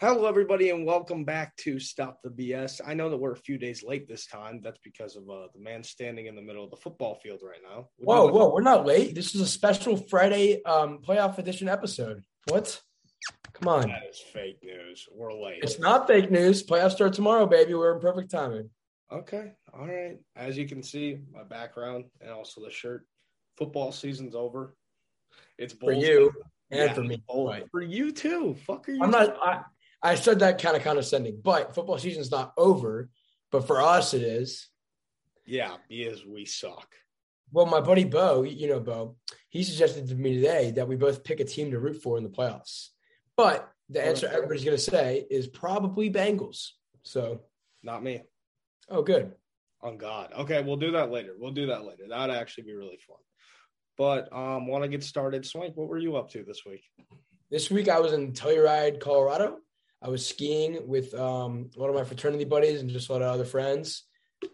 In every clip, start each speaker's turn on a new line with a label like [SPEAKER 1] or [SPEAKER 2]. [SPEAKER 1] Hello, everybody, and welcome back to Stop the BS. I know that we're a few days late this time. That's because of uh, the man standing in the middle of the football field right now. We
[SPEAKER 2] Whoa,
[SPEAKER 1] don't know-
[SPEAKER 2] whoa, we're not late. This is a special Friday um, playoff edition episode. What? Come on.
[SPEAKER 1] That is fake news. We're late.
[SPEAKER 2] It's not fake news. Playoffs start tomorrow, baby. We're in perfect timing.
[SPEAKER 1] Okay. All right. As you can see, my background and also the shirt. Football season's over. It's
[SPEAKER 2] For
[SPEAKER 1] Bulls
[SPEAKER 2] you
[SPEAKER 1] now.
[SPEAKER 2] and
[SPEAKER 1] Yeah,
[SPEAKER 2] for me.
[SPEAKER 1] Bulls-
[SPEAKER 2] Right.
[SPEAKER 1] For you too. Fuck are you?
[SPEAKER 2] I'm not I, I said that kind of condescending, but football season's not over. But for us it is.
[SPEAKER 1] Yeah, because we suck.
[SPEAKER 2] Well, my buddy Bo, you know Bo, he suggested to me today that we both pick a team to root for in the playoffs. But the answer
[SPEAKER 1] Okay.
[SPEAKER 2] everybody's gonna say is probably Bengals. So
[SPEAKER 1] Not me.
[SPEAKER 2] oh good.
[SPEAKER 1] On God. Okay, we'll do that later. We'll do that later. That'd actually be really fun. But um, want to get started, Swank? What were you up to this week?
[SPEAKER 2] This week I was in Telluride, Colorado. I was skiing with um, one of my fraternity buddies and just a lot of other friends,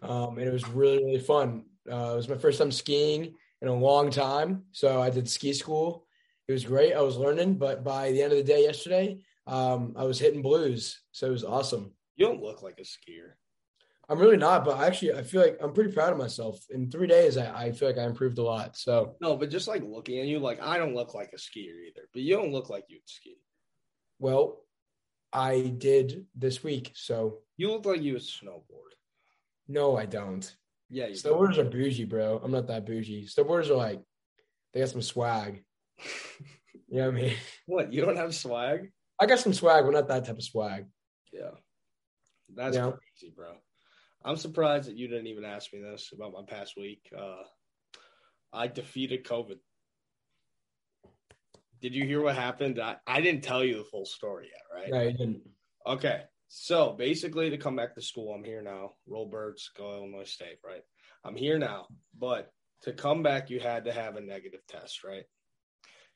[SPEAKER 2] um, and it was really really fun. Uh, it was my first time skiing in a long time, so I did ski school. It was great. I was learning, but by the end of the day yesterday, um, I was hitting blues, so it was awesome.
[SPEAKER 1] You don't look like a skier.
[SPEAKER 2] I'm really not, but actually I feel like I'm pretty proud of myself. In three days, I, I feel like I improved a lot. So
[SPEAKER 1] No, but just like looking at you, like I don't look like a skier either. But you don't look like you'd ski.
[SPEAKER 2] well, I did this week. So
[SPEAKER 1] You look like you would snowboard.
[SPEAKER 2] no, I don't.
[SPEAKER 1] Yeah, you do.
[SPEAKER 2] Snowboarders are bougie, bro. I'm not that bougie. Snowboarders are like, they got some swag. You know what I mean?
[SPEAKER 1] What? You don't have swag?
[SPEAKER 2] I got some swag, but not that type of swag.
[SPEAKER 1] Yeah. That's
[SPEAKER 2] Yeah.
[SPEAKER 1] crazy, bro. I'm surprised that you didn't even ask me this about my past week. Uh, I defeated COVID. Did you hear what happened? I, I didn't tell you the full story yet, right?
[SPEAKER 2] No, you didn't.
[SPEAKER 1] Okay. So basically, to come back to school, I'm here now. Roll birds, go Illinois State, right? I'm here now. But to come back, you had to have a negative test, right?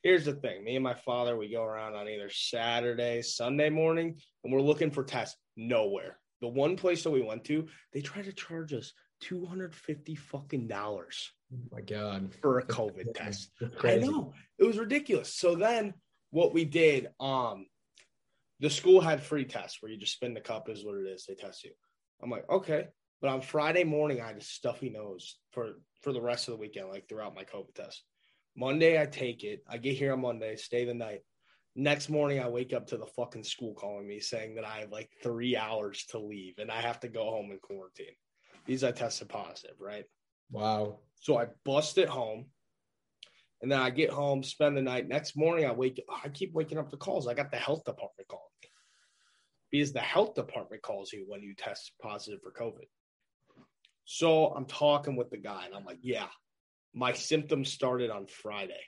[SPEAKER 1] Here's the thing me and my father, we go around on either Saturday, Sunday morning, and we're looking for tests nowhere. The one place that we went to, they tried to charge us 250 fucking dollars
[SPEAKER 2] Oh my God.
[SPEAKER 1] for a COVID test.
[SPEAKER 2] That's
[SPEAKER 1] I
[SPEAKER 2] crazy.
[SPEAKER 1] know it was ridiculous. So then, what we did, um, the school had free tests where you just spin the cup is what it is. They test you. I'm like, okay, but on Friday morning I had a stuffy nose for for the rest of the weekend, like throughout my COVID test. Monday I take it. I get here on Monday, stay the night. Next morning I wake up to the fucking school calling me saying that I have like three hours to leave and I have to go home and quarantine. These I tested positive, right?
[SPEAKER 2] Wow.
[SPEAKER 1] So I bust it home. And then I get home, spend the night. Next morning, I wake I keep waking up to calls. I got the health department calling me. Because the health department calls you when you test positive for COVID. So I'm talking with the guy and I'm like, yeah, my symptoms started on Friday.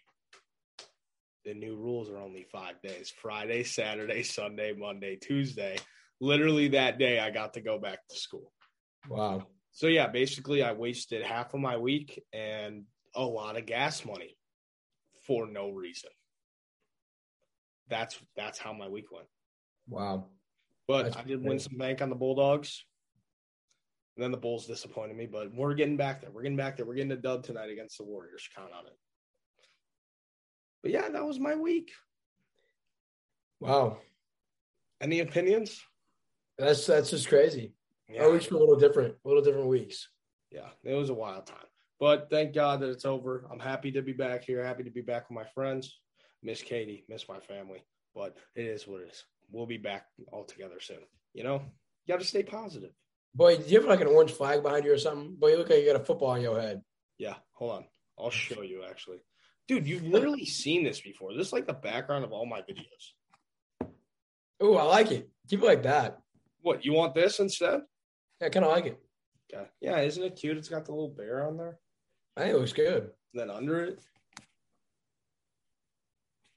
[SPEAKER 1] The new rules are only five days Friday, Saturday, Sunday, Monday, Tuesday. Literally that day, I got to go back to school.
[SPEAKER 2] Wow.
[SPEAKER 1] So yeah, basically I wasted half of my week and a lot of gas money for no reason. That's that's how my week went.
[SPEAKER 2] Wow.
[SPEAKER 1] But
[SPEAKER 2] That's
[SPEAKER 1] I did win
[SPEAKER 2] crazy.
[SPEAKER 1] some bank on the Bulldogs. And then the Bulls disappointed me, but we're getting back there. We're getting back there. We're getting a dub tonight against the Warriors. Count on it. But yeah, that was my week.
[SPEAKER 2] Wow.
[SPEAKER 1] Any opinions?
[SPEAKER 2] That's that's just crazy.
[SPEAKER 1] Yeah.
[SPEAKER 2] Our weeks were a little different, a little different weeks.
[SPEAKER 1] yeah, it was a wild time. But thank God that it's over. I'm happy to be back here. Happy to be back with my friends. Miss Katie, miss my family. But it is what it is. We'll be back all together soon. You know, you got to stay positive.
[SPEAKER 2] Boy, do you have like an orange flag behind you or something? Boy, you look like you got a football on your head.
[SPEAKER 1] Yeah, hold on. I'll show you actually. Dude, you've literally seen this before. This is like the background of all my videos.
[SPEAKER 2] Oh, I like it. Keep it like that.
[SPEAKER 1] What, you want this instead?
[SPEAKER 2] I kind of like it.
[SPEAKER 1] Okay. Yeah, isn't it cute? It's got the little bear on there.
[SPEAKER 2] I think it looks good.
[SPEAKER 1] And then under it.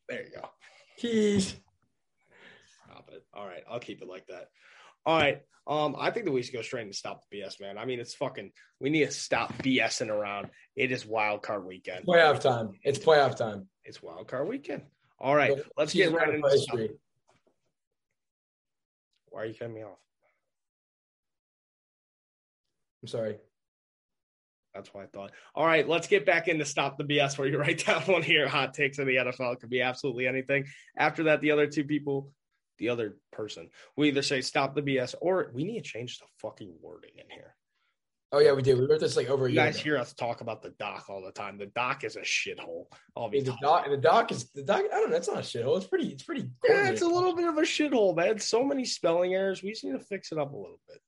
[SPEAKER 1] There you go.
[SPEAKER 2] Keys.
[SPEAKER 1] Stop it. All right, I'll keep it like that. All right. Um, I think that we should go straight and stop the BS, man. I mean, it's fucking. We need to stop BSing around. It is wild card weekend.
[SPEAKER 2] Playoff time. It's playoff time.
[SPEAKER 1] It's wild card weekend. All right,
[SPEAKER 2] But
[SPEAKER 1] let's get
[SPEAKER 2] Jesus
[SPEAKER 1] right
[SPEAKER 2] Christ,
[SPEAKER 1] into
[SPEAKER 2] history.
[SPEAKER 1] it. Why are you cutting me off?
[SPEAKER 2] I'm sorry.
[SPEAKER 1] That's what I thought. All right, let's get back into stop the BS where you write down one of your hot takes in the NFL. It could be absolutely anything. After that, the other two people the other person. We either say stop the BS or we need to change the fucking wording in here.
[SPEAKER 2] Oh yeah, we did. We wrote this like over a
[SPEAKER 1] You
[SPEAKER 2] year.
[SPEAKER 1] guys
[SPEAKER 2] Ago.
[SPEAKER 1] hear us talk about the dock all the time. The dock is a shithole.
[SPEAKER 2] I mean, the doc, the doc is the doc. I don't know. It's not a shithole. It's pretty. It's pretty.
[SPEAKER 1] Yeah, it's a
[SPEAKER 2] coordinated.
[SPEAKER 1] little bit of a shithole, man. So many spelling errors. We just need to fix it up a little bit.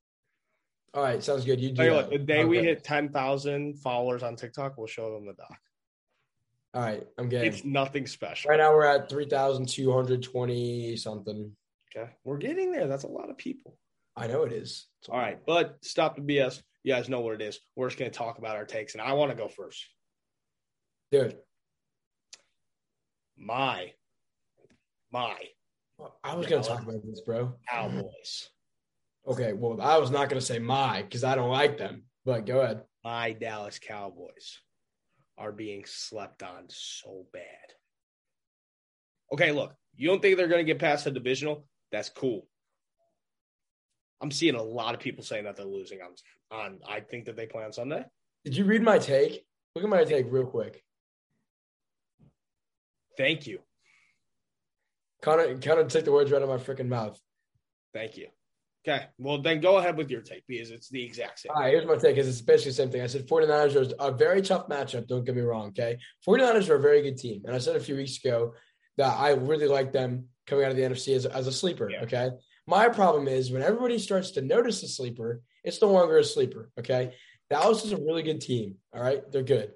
[SPEAKER 2] All right, sounds good. You do.
[SPEAKER 1] Tell you what,
[SPEAKER 2] that.
[SPEAKER 1] the day we
[SPEAKER 2] Okay.
[SPEAKER 1] hit 10,000 followers on TikTok, we'll show them the doc.
[SPEAKER 2] All right, I'm getting.
[SPEAKER 1] It's nothing special.
[SPEAKER 2] Right now we're at three thousand two hundred twenty something.
[SPEAKER 1] Okay. We're getting there. That's a lot of people.
[SPEAKER 2] I know it is. It's
[SPEAKER 1] All right. But stop the BS. You guys know what it is. We're just going to talk about our takes. And I want to go first.
[SPEAKER 2] dude.
[SPEAKER 1] My, my
[SPEAKER 2] I was gonna talk about this, bro.
[SPEAKER 1] Cowboys,
[SPEAKER 2] Okay, well, I was not gonna say my because I don't like them. But go ahead.
[SPEAKER 1] my Dallas Cowboys are being slept on so bad. Okay. Look, you don't think they're going to get past the divisional? That's cool. I'm seeing a lot of people saying that they're losing on, on I think that they play on Sunday.
[SPEAKER 2] Did you read my take? Look at my take real quick.
[SPEAKER 1] Thank you.
[SPEAKER 2] Kind of, kind of took the words right out of my freaking mouth.
[SPEAKER 1] Thank you. Okay. Well, then go ahead with your take because it's the exact same.
[SPEAKER 2] All right, here's my take because it's basically the same thing. I said 49ers are a very tough matchup. Don't get me wrong. Okay. 49ers are a very good team. And I said a few weeks ago that I really like them coming out of the NFC as, as a sleeper.
[SPEAKER 1] Yeah.
[SPEAKER 2] Okay. My problem is when everybody starts to notice a sleeper, it's no longer a sleeper. Okay. Dallas is a really good team. All right. They're good.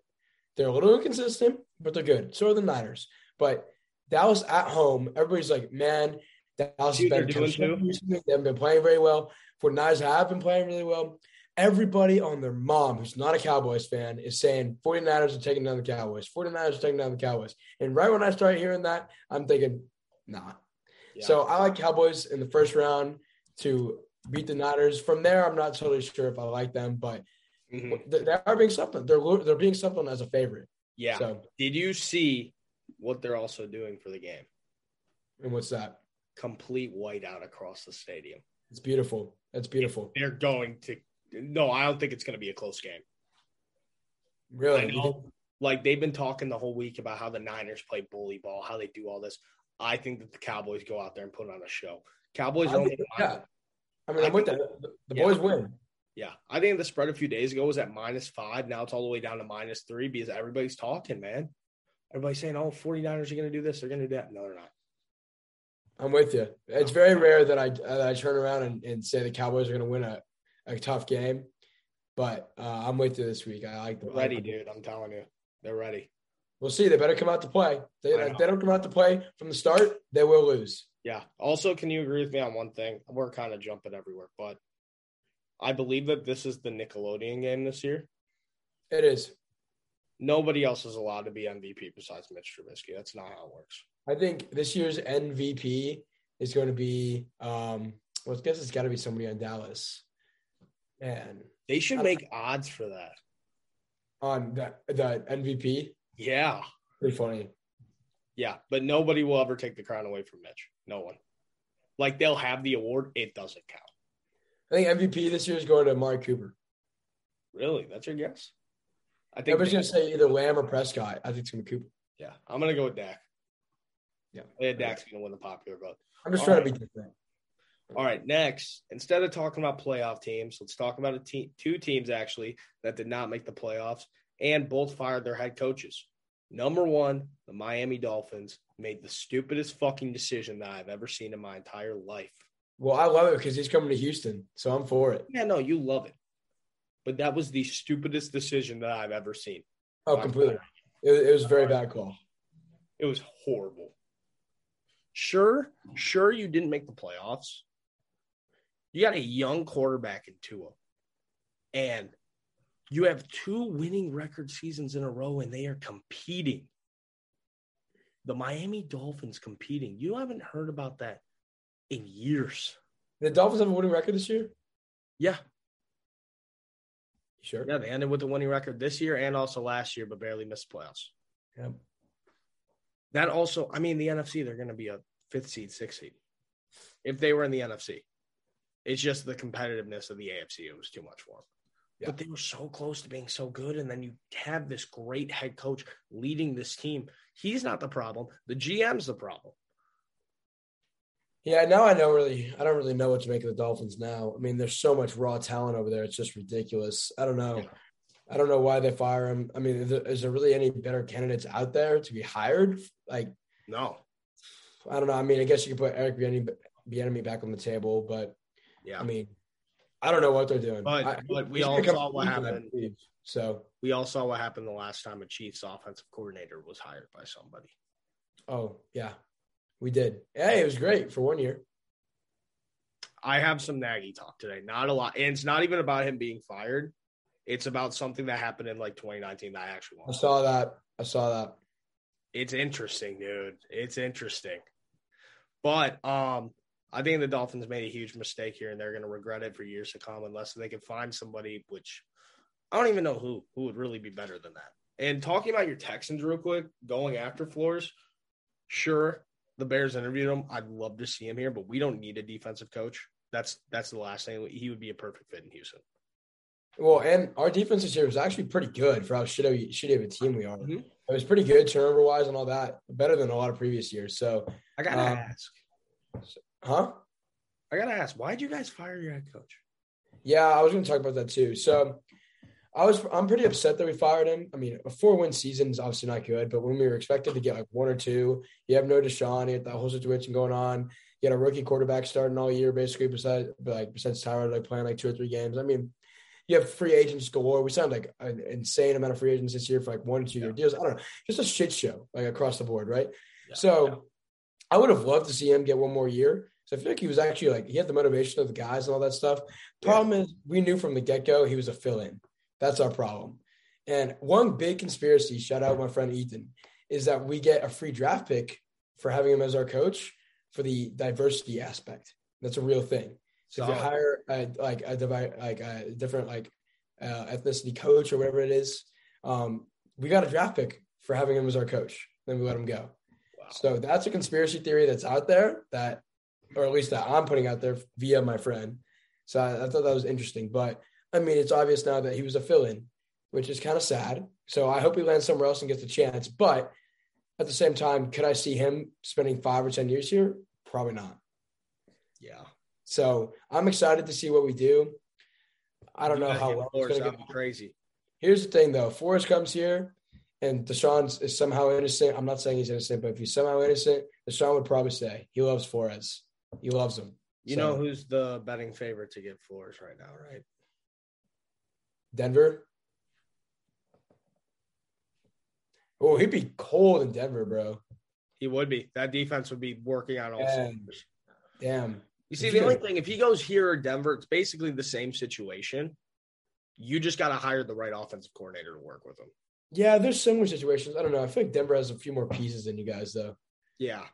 [SPEAKER 2] They're a little inconsistent, but they're good. So are the Niners. But Dallas at home, everybody's like, man, Dallas
[SPEAKER 1] Dude,
[SPEAKER 2] has
[SPEAKER 1] they're
[SPEAKER 2] been
[SPEAKER 1] doing too.
[SPEAKER 2] recently. They haven't been playing very well. 49ers have been playing really well. Everybody on their mom who's not a Cowboys fan is saying 49ers are taking down the Cowboys. 49ers are taking down the Cowboys. And right when I start hearing that, I'm thinking, nah.
[SPEAKER 1] Yeah.
[SPEAKER 2] So I like Cowboys in the first round to beat the Niners. From there, I'm not totally sure if I like them, but
[SPEAKER 1] Mhm.
[SPEAKER 2] they they are being something. They're lo- they're being something as a favorite.
[SPEAKER 1] yeah.
[SPEAKER 2] So
[SPEAKER 1] Did you see what they're also doing for the game?
[SPEAKER 2] and what's that?
[SPEAKER 1] Complete whiteout across the stadium.
[SPEAKER 2] It's beautiful. That's beautiful.
[SPEAKER 1] They're going to. No, I don't think it's going to be a close game. I
[SPEAKER 2] Really.
[SPEAKER 1] know. Like they've been talking the whole week about how the Niners play bully ball, how they do all this. I think that the Cowboys go out there and put on a show. Cowboys
[SPEAKER 2] I
[SPEAKER 1] only.
[SPEAKER 2] think- yeah. I mean, I'm with that. The, the boys win.
[SPEAKER 1] Yeah, I think the spread a few days ago was at minus five. Now it's all the way down to minus three because everybody's talking, man. Everybody's saying, oh, 49ers are going to do this. They're going to do that. No, they're not.
[SPEAKER 2] I'm with you. It's very rare that I that I turn around and, and say the Cowboys are going to win a, a tough game, but uh, I'm with you this week. I like the
[SPEAKER 1] They're ready, dude. I'm telling you. They're ready.
[SPEAKER 2] We'll see. They better come out to play. They,
[SPEAKER 1] I know.
[SPEAKER 2] if they don't come out to play from the start, they will lose.
[SPEAKER 1] Yeah. Also, can you agree with me on one thing? We're kind of jumping everywhere, but I believe that this is the Nickelodeon game this year.
[SPEAKER 2] It is.
[SPEAKER 1] Nobody else is allowed to be MVP besides Mitch Trubisky. That's not how it works.
[SPEAKER 2] I think this year's MVP is going to be. Um, well, I guess it's got to be somebody on Dallas, man.
[SPEAKER 1] They should
[SPEAKER 2] I-
[SPEAKER 1] make odds for that.
[SPEAKER 2] On the the MVP,
[SPEAKER 1] Yeah.
[SPEAKER 2] pretty funny.
[SPEAKER 1] Yeah, but nobody will ever take the crown away from Mitch. No one. Like they'll have the award, it doesn't count.
[SPEAKER 2] I think MVP this year is going to Amari Cooper.
[SPEAKER 1] Really, that's your guess? I think.
[SPEAKER 2] Everybody's going to say either Lamb or Prescott. I think it's going to be Cooper.
[SPEAKER 1] yeah, I'm gonna go with Dak.
[SPEAKER 2] Yeah.
[SPEAKER 1] yeah Dak's gonna win the popular vote.
[SPEAKER 2] I'm just
[SPEAKER 1] All
[SPEAKER 2] trying
[SPEAKER 1] right.
[SPEAKER 2] to be different.
[SPEAKER 1] All right, next, instead of talking about playoff teams, let's talk about a team, two teams actually that did not make the playoffs and both fired their head coaches. Number one, the Miami Dolphins made the stupidest fucking decision that I've ever seen in my entire life.
[SPEAKER 2] Well, I love it because he's coming to Houston, so I'm for it.
[SPEAKER 1] Yeah, no, you love it. But that was the stupidest decision that I've ever seen.
[SPEAKER 2] Oh,
[SPEAKER 1] Fine.
[SPEAKER 2] completely. It, it was a very bad call.
[SPEAKER 1] It was horrible. Sure, sure, you didn't make the playoffs. You got a young quarterback in Tua, and you have two winning record seasons in a row, and they are competing. The Miami Dolphins competing. You haven't heard about that in years.
[SPEAKER 2] The Dolphins have a winning record this year. You
[SPEAKER 1] Yeah,
[SPEAKER 2] sure?
[SPEAKER 1] yeah, they ended with a winning record this year and also last year, but barely missed playoffs.
[SPEAKER 2] Yep.
[SPEAKER 1] That also, I mean, the NFC, they're going to be a fifth seed, sixth seed. If they were in the NFC, it's just the competitiveness of the AFC. It was too much for them.
[SPEAKER 2] Yeah.
[SPEAKER 1] But they were so close to being so good. And then you have this great head coach leading this team. He's not the problem. The GM's the problem.
[SPEAKER 2] Yeah, now I don't really I don't really know what to make of the Dolphins now. I mean, there's so much raw talent over there; it's just ridiculous. I don't know. I don't know why they fire him. I mean, is there, is there really any better candidates out there to be hired? Like,
[SPEAKER 1] No.
[SPEAKER 2] I don't know. I mean, I guess you could put Eric Bieniemy Bieniemy back on the table, but
[SPEAKER 1] Yeah.
[SPEAKER 2] I mean, I don't know what they're doing.
[SPEAKER 1] But-
[SPEAKER 2] I-
[SPEAKER 1] but we
[SPEAKER 2] he's
[SPEAKER 1] all
[SPEAKER 2] gonna come
[SPEAKER 1] saw what
[SPEAKER 2] from Cleveland, I
[SPEAKER 1] happened.
[SPEAKER 2] believe. So,
[SPEAKER 1] we all saw what happened the last time a Chiefs offensive coordinator was hired by somebody.
[SPEAKER 2] oh yeah, we did. Hey, it was great for one year.
[SPEAKER 1] I have some Nagy talk today. Not a lot. And it's not even about him being fired. It's about something that happened in like 2019 that I actually
[SPEAKER 2] I
[SPEAKER 1] want.
[SPEAKER 2] saw that. I saw that.
[SPEAKER 1] It's interesting, dude. It's interesting. But um, I think the Dolphins made a huge mistake here and they're gonna regret it for years to come unless they can find somebody which I don't even know who who would really be better than that. And talking about your Texans real quick, going after Flores, sure, the Bears interviewed him. I'd love to see him here, but we don't need a defensive coach. That's that's the last thing. He would be a perfect fit in Houston.
[SPEAKER 2] Well, and our defense this year was actually pretty good for how shitty, shitty of a team we are.
[SPEAKER 1] Mhm.
[SPEAKER 2] It was pretty good turnover wise and all that, better than a lot of previous years. So,
[SPEAKER 1] I gotta
[SPEAKER 2] Um,
[SPEAKER 1] ask.
[SPEAKER 2] huh?
[SPEAKER 1] I gotta ask. Why'd you guys fire your head coach?
[SPEAKER 2] Yeah, I was going to talk about that too. So, I was I'm pretty upset that we fired him. I mean, a four win season is obviously not good, but when we were expected to get like one or two, you have no Deshaun, you have that whole situation going on. You had a rookie quarterback starting all year, basically. Besides, like besides Tyrod, like playing like two or three games. I mean, you have free agents galore. We signed like an insane amount of free agents this year for like one or two year deals. I don't know, just a shit show like across the board, right?
[SPEAKER 1] Yeah.
[SPEAKER 2] so, I would have loved to see him get one more year. So I feel like he was actually like he had the motivation of the guys and all that stuff. Problem is, we knew from the get go he was a fill in. That's our problem. And one big conspiracy, shout out my friend Ethan, is that we get a free draft pick for having him as our coach for the diversity aspect. That's a real thing. So if you
[SPEAKER 1] Solid.
[SPEAKER 2] hire a, like a divi- like a different like uh, ethnicity coach or whatever it is, um, we got a draft pick for having him as our coach. Then we let him go.
[SPEAKER 1] Wow.
[SPEAKER 2] So that's a conspiracy theory that's out there that, or at least that I'm putting out there via my friend. So I, I thought that was interesting. But I mean, it's obvious now that he was a fill in, which is kind of sad. So I hope he lands somewhere else and gets a chance. But at the same time, could I see him spending five or 10 years here? Probably not.
[SPEAKER 1] yeah.
[SPEAKER 2] So I'm excited to see what we do. I don't
[SPEAKER 1] You
[SPEAKER 2] know
[SPEAKER 1] guys
[SPEAKER 2] how
[SPEAKER 1] get
[SPEAKER 2] long it's
[SPEAKER 1] Flores
[SPEAKER 2] going to
[SPEAKER 1] out
[SPEAKER 2] go.
[SPEAKER 1] of crazy.
[SPEAKER 2] Here's the thing, though. Forrest comes here, and Deshaun is somehow innocent. I'm not saying he's innocent, but if he's somehow innocent, Deshaun would probably say he loves Forrest. He loves him.
[SPEAKER 1] You
[SPEAKER 2] So,
[SPEAKER 1] know who's the betting favorite to get Flores right now, right?
[SPEAKER 2] Denver. Oh, he'd be cold in Denver, bro.
[SPEAKER 1] He would be. That defense would be working on all
[SPEAKER 2] Yeah.
[SPEAKER 1] cylinders.
[SPEAKER 2] Damn.
[SPEAKER 1] You see,
[SPEAKER 2] If
[SPEAKER 1] the
[SPEAKER 2] you
[SPEAKER 1] only
[SPEAKER 2] go-
[SPEAKER 1] thing, if he goes here or Denver, it's basically the same situation. You just got to hire the right offensive coordinator to work with him.
[SPEAKER 2] Yeah, there's similar situations. I don't know. I feel like Denver has a few more pieces than you guys, though.
[SPEAKER 1] Yeah.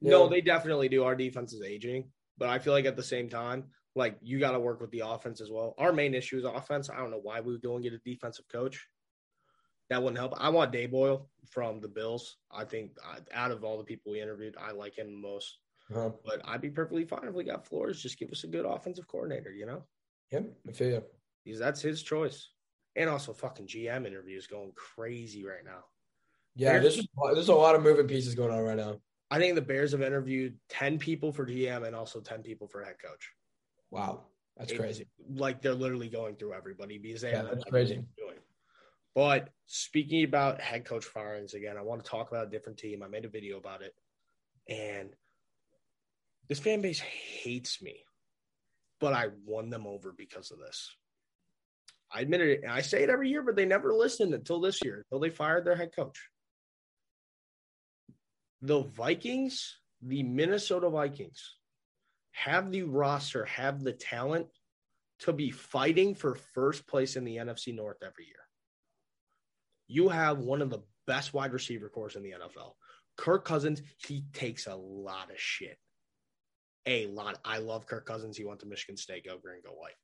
[SPEAKER 1] No,
[SPEAKER 2] Yeah.
[SPEAKER 1] they definitely do. Our defense is aging, but I feel like at the same time, like you got to work with the offense as well. Our main issue is offense. I don't know why we would go and get a defensive coach. That wouldn't help. I want Dayboyle from the Bills. I think uh, out of all the people we interviewed, I like him the most.
[SPEAKER 2] Uh-huh.
[SPEAKER 1] But I'd be perfectly fine if we got Flores. Just give us a good offensive coordinator, you know?
[SPEAKER 2] Yep, I feel you.
[SPEAKER 1] Because that's his choice. And also, fucking GM interviews going crazy right now.
[SPEAKER 2] Yeah, there's just, there's a lot of moving pieces going on right now.
[SPEAKER 1] I think the Bears have interviewed 10 people for GM and also 10 people for head coach.
[SPEAKER 2] Wow, that's
[SPEAKER 1] It-
[SPEAKER 2] crazy.
[SPEAKER 1] Like they're literally going through everybody because they
[SPEAKER 2] Yeah,
[SPEAKER 1] have
[SPEAKER 2] that's crazy.
[SPEAKER 1] Doing. But speaking about head coach firings again, I want to talk about a different team. I made a video about it, and this fan base hates me, but I won them over because of this. I admit it, and I say it every year, but they never listened until this year, until they fired their head coach. The Vikings, the Minnesota Vikings, have the roster, have the talent to be fighting for first place in the NFC North every year. You have one of the best wide receiver cores in the NFL. Kirk Cousins, he takes a lot of shit. A lot. I love Kirk Cousins. He went to Michigan State, go green, go white.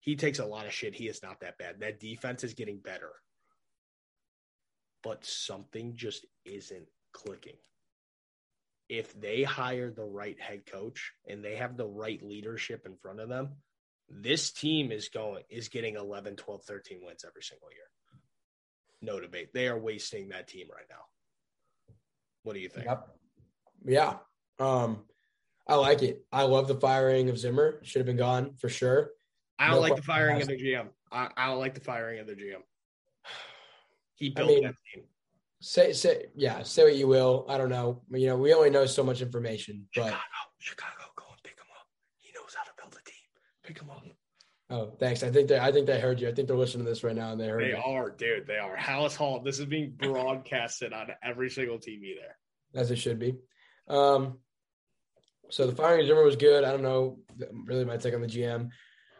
[SPEAKER 1] He takes a lot of shit. He is not that bad. That defense is getting better. But something just isn't clicking if they hire the right head coach and they have the right leadership in front of them, this team is going is getting 11, 12, 13 wins every single year. No debate. They are wasting that team right now. What do you think?
[SPEAKER 2] Yep. Yeah. Um, I like it. I love the firing of Zimmer. Should have been gone for sure.
[SPEAKER 1] I don't
[SPEAKER 2] No
[SPEAKER 1] like the firing of
[SPEAKER 2] question
[SPEAKER 1] the GM. I, I don't like the firing of the GM. He
[SPEAKER 2] I
[SPEAKER 1] built
[SPEAKER 2] mean-
[SPEAKER 1] that team.
[SPEAKER 2] Say say yeah, say what you will. I don't know. You know, we only know so much information, but
[SPEAKER 1] Chicago, go and pick him up. He knows how to build a team. Pick him up.
[SPEAKER 2] oh thanks. I think they I think they heard you. I think they're listening to this right now and they heard
[SPEAKER 1] They
[SPEAKER 2] you.
[SPEAKER 1] are, dude. They are. Hallis Hall. This is being broadcasted on every single TV there.
[SPEAKER 2] as it should be. Um, so the firing of Zimmer was good. I don't know really my take on the GM,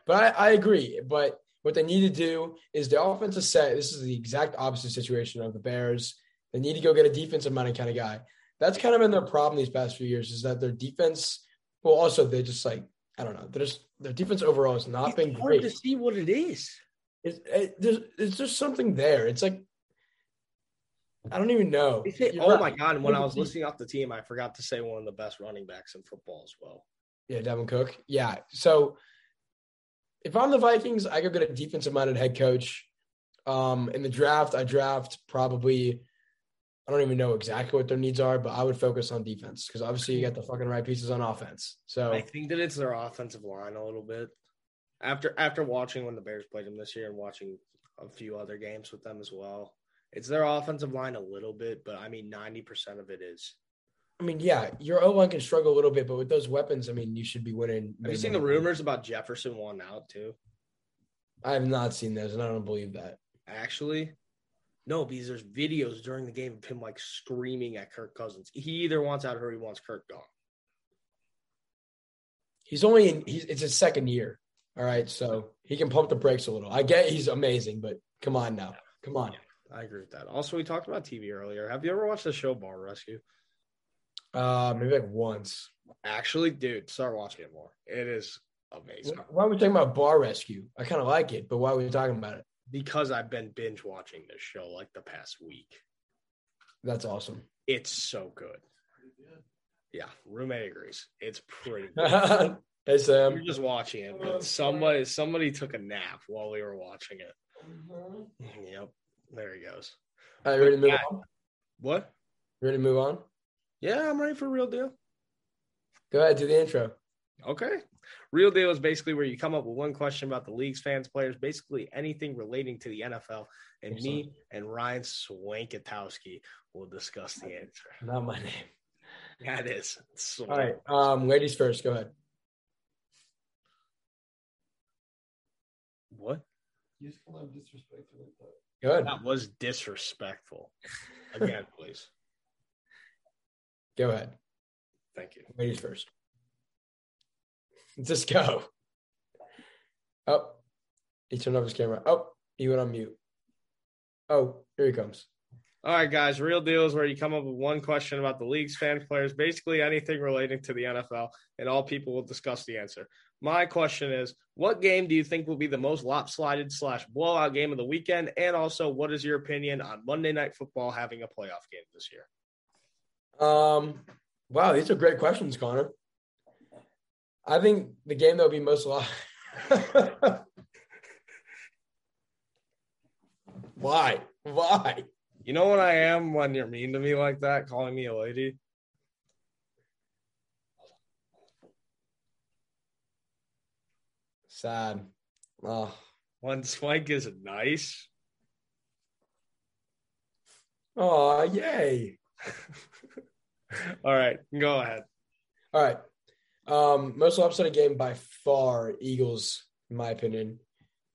[SPEAKER 2] but I, I agree. But what they need to do is the offensive set. This is the exact opposite situation of the Bears. They need to go get a defensive minded kind of guy. That's kind of been their problem these past few years is that their defense. Well, also they just like I don't know. They're just their defense overall has not been great.
[SPEAKER 1] see what it is.
[SPEAKER 2] It's, it, there's, it's just something there. It's like I don't even know. You're
[SPEAKER 1] oh
[SPEAKER 2] right.
[SPEAKER 1] my god! And when I was listing off the team, I forgot to say one of the best running backs in football as well.
[SPEAKER 2] Yeah, Devin Cook. Yeah. So if I'm the Vikings, I go get a defensive minded head coach. Um, in the draft, I draft probably, I don't even know exactly what their needs are, but I would focus on defense because obviously you got the fucking right pieces on offense. So
[SPEAKER 1] I think that it's their offensive line a little bit. After after watching when the Bears played them this year and watching a few other games with them as well, it's their offensive line a little bit, but I mean ninety percent of it is.
[SPEAKER 2] I mean, yeah, your O line can struggle a little bit, but with those weapons, I mean, you should be winning.
[SPEAKER 1] Have you seen the rumors about Jefferson wanting out too?
[SPEAKER 2] I have not seen those, and I don't believe that.
[SPEAKER 1] Actually, no, because there's videos during the game of him like screaming at Kirk Cousins. He either wants out or he wants Kirk gone.
[SPEAKER 2] He's only in. He's, it's his second year. All right, so he can pump the brakes a little. I get he's amazing, but come on now, come on.
[SPEAKER 1] I agree with that. Also, we talked about TV earlier. Have you ever watched the show Bar Rescue?
[SPEAKER 2] Uh, maybe like once.
[SPEAKER 1] Actually, dude, start watching it more. It is amazing.
[SPEAKER 2] Why are we talking about bar rescue? I kind of like it, but why are we talking about it?
[SPEAKER 1] because I've been binge watching this show like the past week.
[SPEAKER 2] That's awesome.
[SPEAKER 1] It's so good. Yeah, roommate agrees. It's pretty. Good.
[SPEAKER 2] hey
[SPEAKER 1] We're
[SPEAKER 2] Sam.
[SPEAKER 1] just watching it, but somebody somebody took a nap while we were watching it. Yep, there he goes.
[SPEAKER 2] All right, ready to move on?
[SPEAKER 1] What?
[SPEAKER 2] Ready to move on?
[SPEAKER 1] Yeah, I'm ready for real deal.
[SPEAKER 2] Go ahead, do the intro.
[SPEAKER 1] Okay. Real deal is basically where you come up with one question about the league's fans, players, basically anything relating to the NFL, and me and Ryan Swankatowski will discuss the answer.
[SPEAKER 2] Not my name.
[SPEAKER 1] That is
[SPEAKER 2] All right, um, ladies first. Go ahead.
[SPEAKER 1] What?
[SPEAKER 3] You just kind of disrespectful like that.
[SPEAKER 2] Go ahead.
[SPEAKER 1] That was disrespectful. Again, please.
[SPEAKER 2] Go ahead.
[SPEAKER 1] Thank you.
[SPEAKER 2] Ladies first. Just go. Oh, he turned off his camera. Oh, he went on mute. Oh, here he comes.
[SPEAKER 1] All right, guys. Real deal is where you come up with one question about the league's fans, players, basically anything relating to the NFL, and all people will discuss the answer. My question is: What game do you think will be the most lopsided slash blowout game of the weekend? And also, what is your opinion on Monday Night Football having a playoff game this year?
[SPEAKER 2] Um, wow, these are great questions, Connor. I think the game that would be most live. Why? Why?
[SPEAKER 1] You know what I am when you're mean to me like that, calling me a lady.
[SPEAKER 2] Sad. Oh,
[SPEAKER 1] When Swank is nice.
[SPEAKER 2] oh, yay!
[SPEAKER 1] All right, go ahead.
[SPEAKER 2] All right. Um, most upset game by far, Eagles, in my opinion,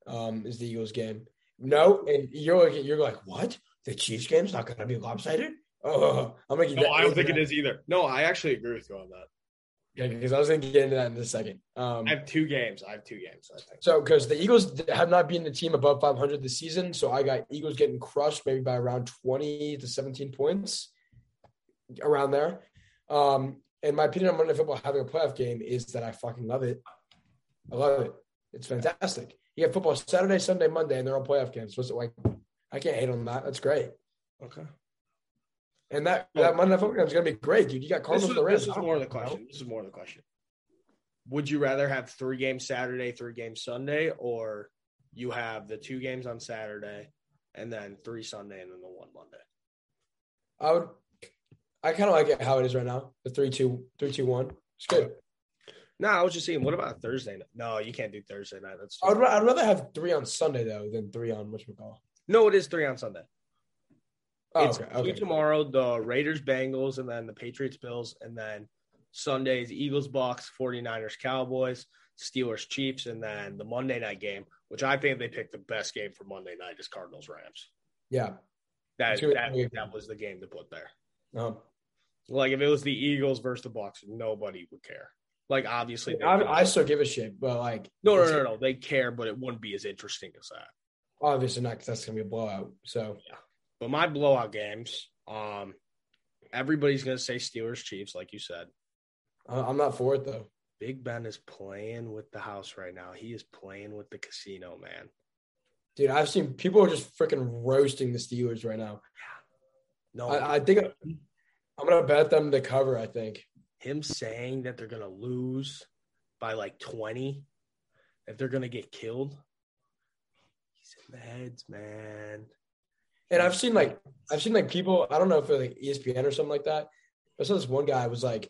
[SPEAKER 2] um, is the Eagles game. No, and you're like, you're like, what? The Chiefs game's not going to be lopsided? Oh, I'm making.
[SPEAKER 1] No, I don't think it is either. No, I actually agree with you on that.
[SPEAKER 2] because I was going to get into that in a second. Um,
[SPEAKER 1] I have two games. I have two games. I think.
[SPEAKER 2] So, because the Eagles have not been the team above 500 this season, so I got Eagles getting crushed maybe by around 20 to 17 points, around there. Um, and my opinion on Monday Night Football having a playoff game is that I fucking love it. I love it. It's fantastic. You have football Saturday, Sunday, Monday, and they're all playoff games. What's it like? I can't hate on that. That's great.
[SPEAKER 1] Okay.
[SPEAKER 2] And that, that Monday Night Football game is going to be great, dude. You got
[SPEAKER 1] This
[SPEAKER 2] Cardinals
[SPEAKER 1] is,
[SPEAKER 2] and the Rams.
[SPEAKER 1] this is more of the question. This is more of the question. Would you rather have three games Saturday, three games Sunday, or you have the two games on Saturday and then three Sunday and then the one Monday?
[SPEAKER 2] I would. I kind of like it how it is right now. The three, two, three, two, one. It's good.
[SPEAKER 1] No, I was just saying, what about Thursday night? No, you can't do Thursday night. That's
[SPEAKER 2] I would, ra- I'd rather have three on Sunday though than three on which call.
[SPEAKER 1] no, it is three on Sunday.
[SPEAKER 2] Oh,
[SPEAKER 1] it's
[SPEAKER 2] okay,
[SPEAKER 1] two
[SPEAKER 2] okay.
[SPEAKER 1] tomorrow, the Raiders, Bengals, and then the Patriots, Bills, and then Sundays, Eagles, Bucks, 49ers, Cowboys, Steelers, Chiefs, and then the Monday night game, which I think they picked the best game for Monday night is Cardinals Rams.
[SPEAKER 2] Yeah.
[SPEAKER 1] That,
[SPEAKER 2] It's gonna be a
[SPEAKER 1] that
[SPEAKER 2] good
[SPEAKER 1] that was the game to put there.
[SPEAKER 2] Um,
[SPEAKER 1] Like if it was the Eagles versus the Bucks, nobody would care. Like obviously, they
[SPEAKER 2] I, I still give a shit, but like
[SPEAKER 1] no, no,
[SPEAKER 2] it's
[SPEAKER 1] no, no, they care, but it wouldn't be as interesting as that.
[SPEAKER 2] obviously not because that's gonna be a blowout. So
[SPEAKER 1] But my blowout games, um, everybody's gonna say Steelers, Chiefs, like you said.
[SPEAKER 2] I- uh, I'm not for it though.
[SPEAKER 1] Big Ben is playing with the house right now. He is playing with the casino, man.
[SPEAKER 2] Dude, I've seen people are just freaking roasting the Steelers right now.
[SPEAKER 1] No,
[SPEAKER 2] I, I think I'm gonna bet them to cover. I think.
[SPEAKER 1] him saying that they're gonna lose by like twenty, that they're gonna get killed. He's in the heads, man.
[SPEAKER 2] And I've seen like I've seen like people. I don't know if it was like E ESPN or something like that. I saw this one guy was like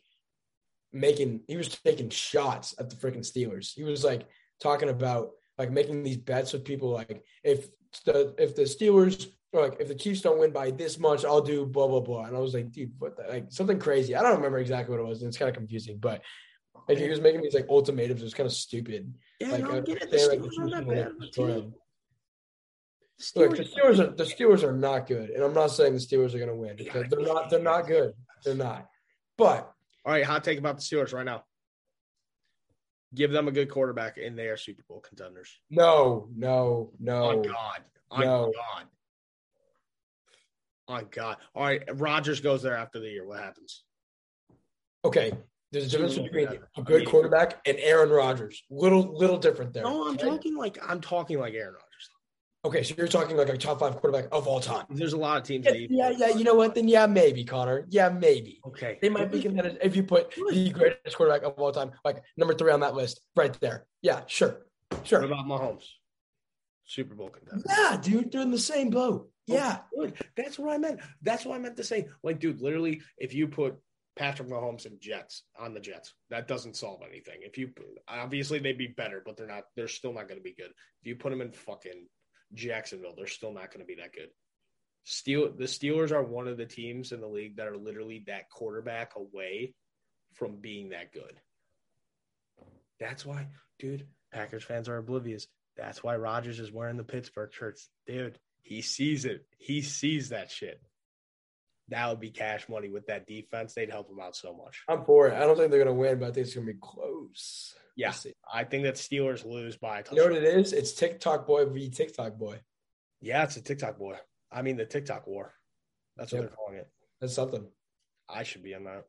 [SPEAKER 2] making. He was taking shots at the freaking Steelers. He was like talking about like making these bets with people. Like if the if the Steelers or like if the Chiefs don't win by this much, I'll do blah blah blah. And I was like, dude, what? The, like something crazy. I don't remember exactly what it was. And it's kind of confusing, but. Like he was making these like ultimatums. It was kind of stupid.
[SPEAKER 1] Yeah,
[SPEAKER 2] Like,
[SPEAKER 1] no,
[SPEAKER 2] I
[SPEAKER 1] I get it. The
[SPEAKER 2] understand, like,
[SPEAKER 1] Steelers aren't that
[SPEAKER 2] Chiefs
[SPEAKER 1] bad of
[SPEAKER 2] were
[SPEAKER 1] a
[SPEAKER 2] gonna destroy
[SPEAKER 1] team.
[SPEAKER 2] 'em.
[SPEAKER 1] The
[SPEAKER 2] Look, the
[SPEAKER 1] Steelers-
[SPEAKER 2] Steelers are the Steelers are not good, and I'm not saying the Steelers are going to win because they're not. They're not good. They're not. But
[SPEAKER 1] All right, hot take about the Steelers right now. Give them a good quarterback, and they are Super Bowl contenders.
[SPEAKER 2] no, no,
[SPEAKER 1] On
[SPEAKER 2] no.
[SPEAKER 1] God. On
[SPEAKER 2] Oh, No.
[SPEAKER 1] God. On God. All right. Rodgers goes there after the year. What happens?
[SPEAKER 2] Okay, there's a difference
[SPEAKER 1] Super Bowl
[SPEAKER 2] between
[SPEAKER 1] contender.
[SPEAKER 2] a good quarterback and Aaron Rodgers. Little, little different there.
[SPEAKER 1] No, I'm
[SPEAKER 2] okay?
[SPEAKER 1] talking like I'm talking like Aaron Rodgers.
[SPEAKER 2] Okay, so you're talking like a top five quarterback of all time.
[SPEAKER 1] There's a lot of teams.
[SPEAKER 2] Yeah,
[SPEAKER 1] that even-
[SPEAKER 2] yeah, yeah. You know what? Then yeah, maybe Connor. Yeah, maybe
[SPEAKER 1] Okay.
[SPEAKER 2] they might be competitive if you put the greatest quarterback of all time, like number three on that list, right there. Yeah, sure,
[SPEAKER 1] What
[SPEAKER 2] sure.
[SPEAKER 1] about Mahomes? Super Bowl contender.
[SPEAKER 2] Yeah, dude, they're in the same boat. Yeah.
[SPEAKER 1] Look, that's what I meant. That's what I meant to say. Like, dude, literally, if you put Patrick Mahomes and Jets on the Jets, that doesn't solve anything. If you obviously they'd be better, but they're not. They're still not going to be good. If you put them in fucking Jacksonville, they're still not going to be that good. Steel the Steelers are one of the teams in the league that are literally that quarterback away from being that good. That's why, dude, Packers fans are oblivious. That's why Rodgers is wearing the Pittsburgh shirts. Dude, he sees it. He sees that shit. That would be cash money with that defense. They'd help him out so much.
[SPEAKER 2] I'm for it. I don't think they're gonna win, but I think it's gonna be close.
[SPEAKER 1] Yeah.
[SPEAKER 2] We'll see.
[SPEAKER 1] I think that Steelers lose by a
[SPEAKER 2] You know
[SPEAKER 1] touchdown.
[SPEAKER 2] what it is? It's TikTok boy v TikTok boy.
[SPEAKER 1] yeah, it's a TikTok war. I mean, the TikTok war. That's what
[SPEAKER 2] Yep.
[SPEAKER 1] they're calling it.
[SPEAKER 2] That's something.
[SPEAKER 1] I should be in that.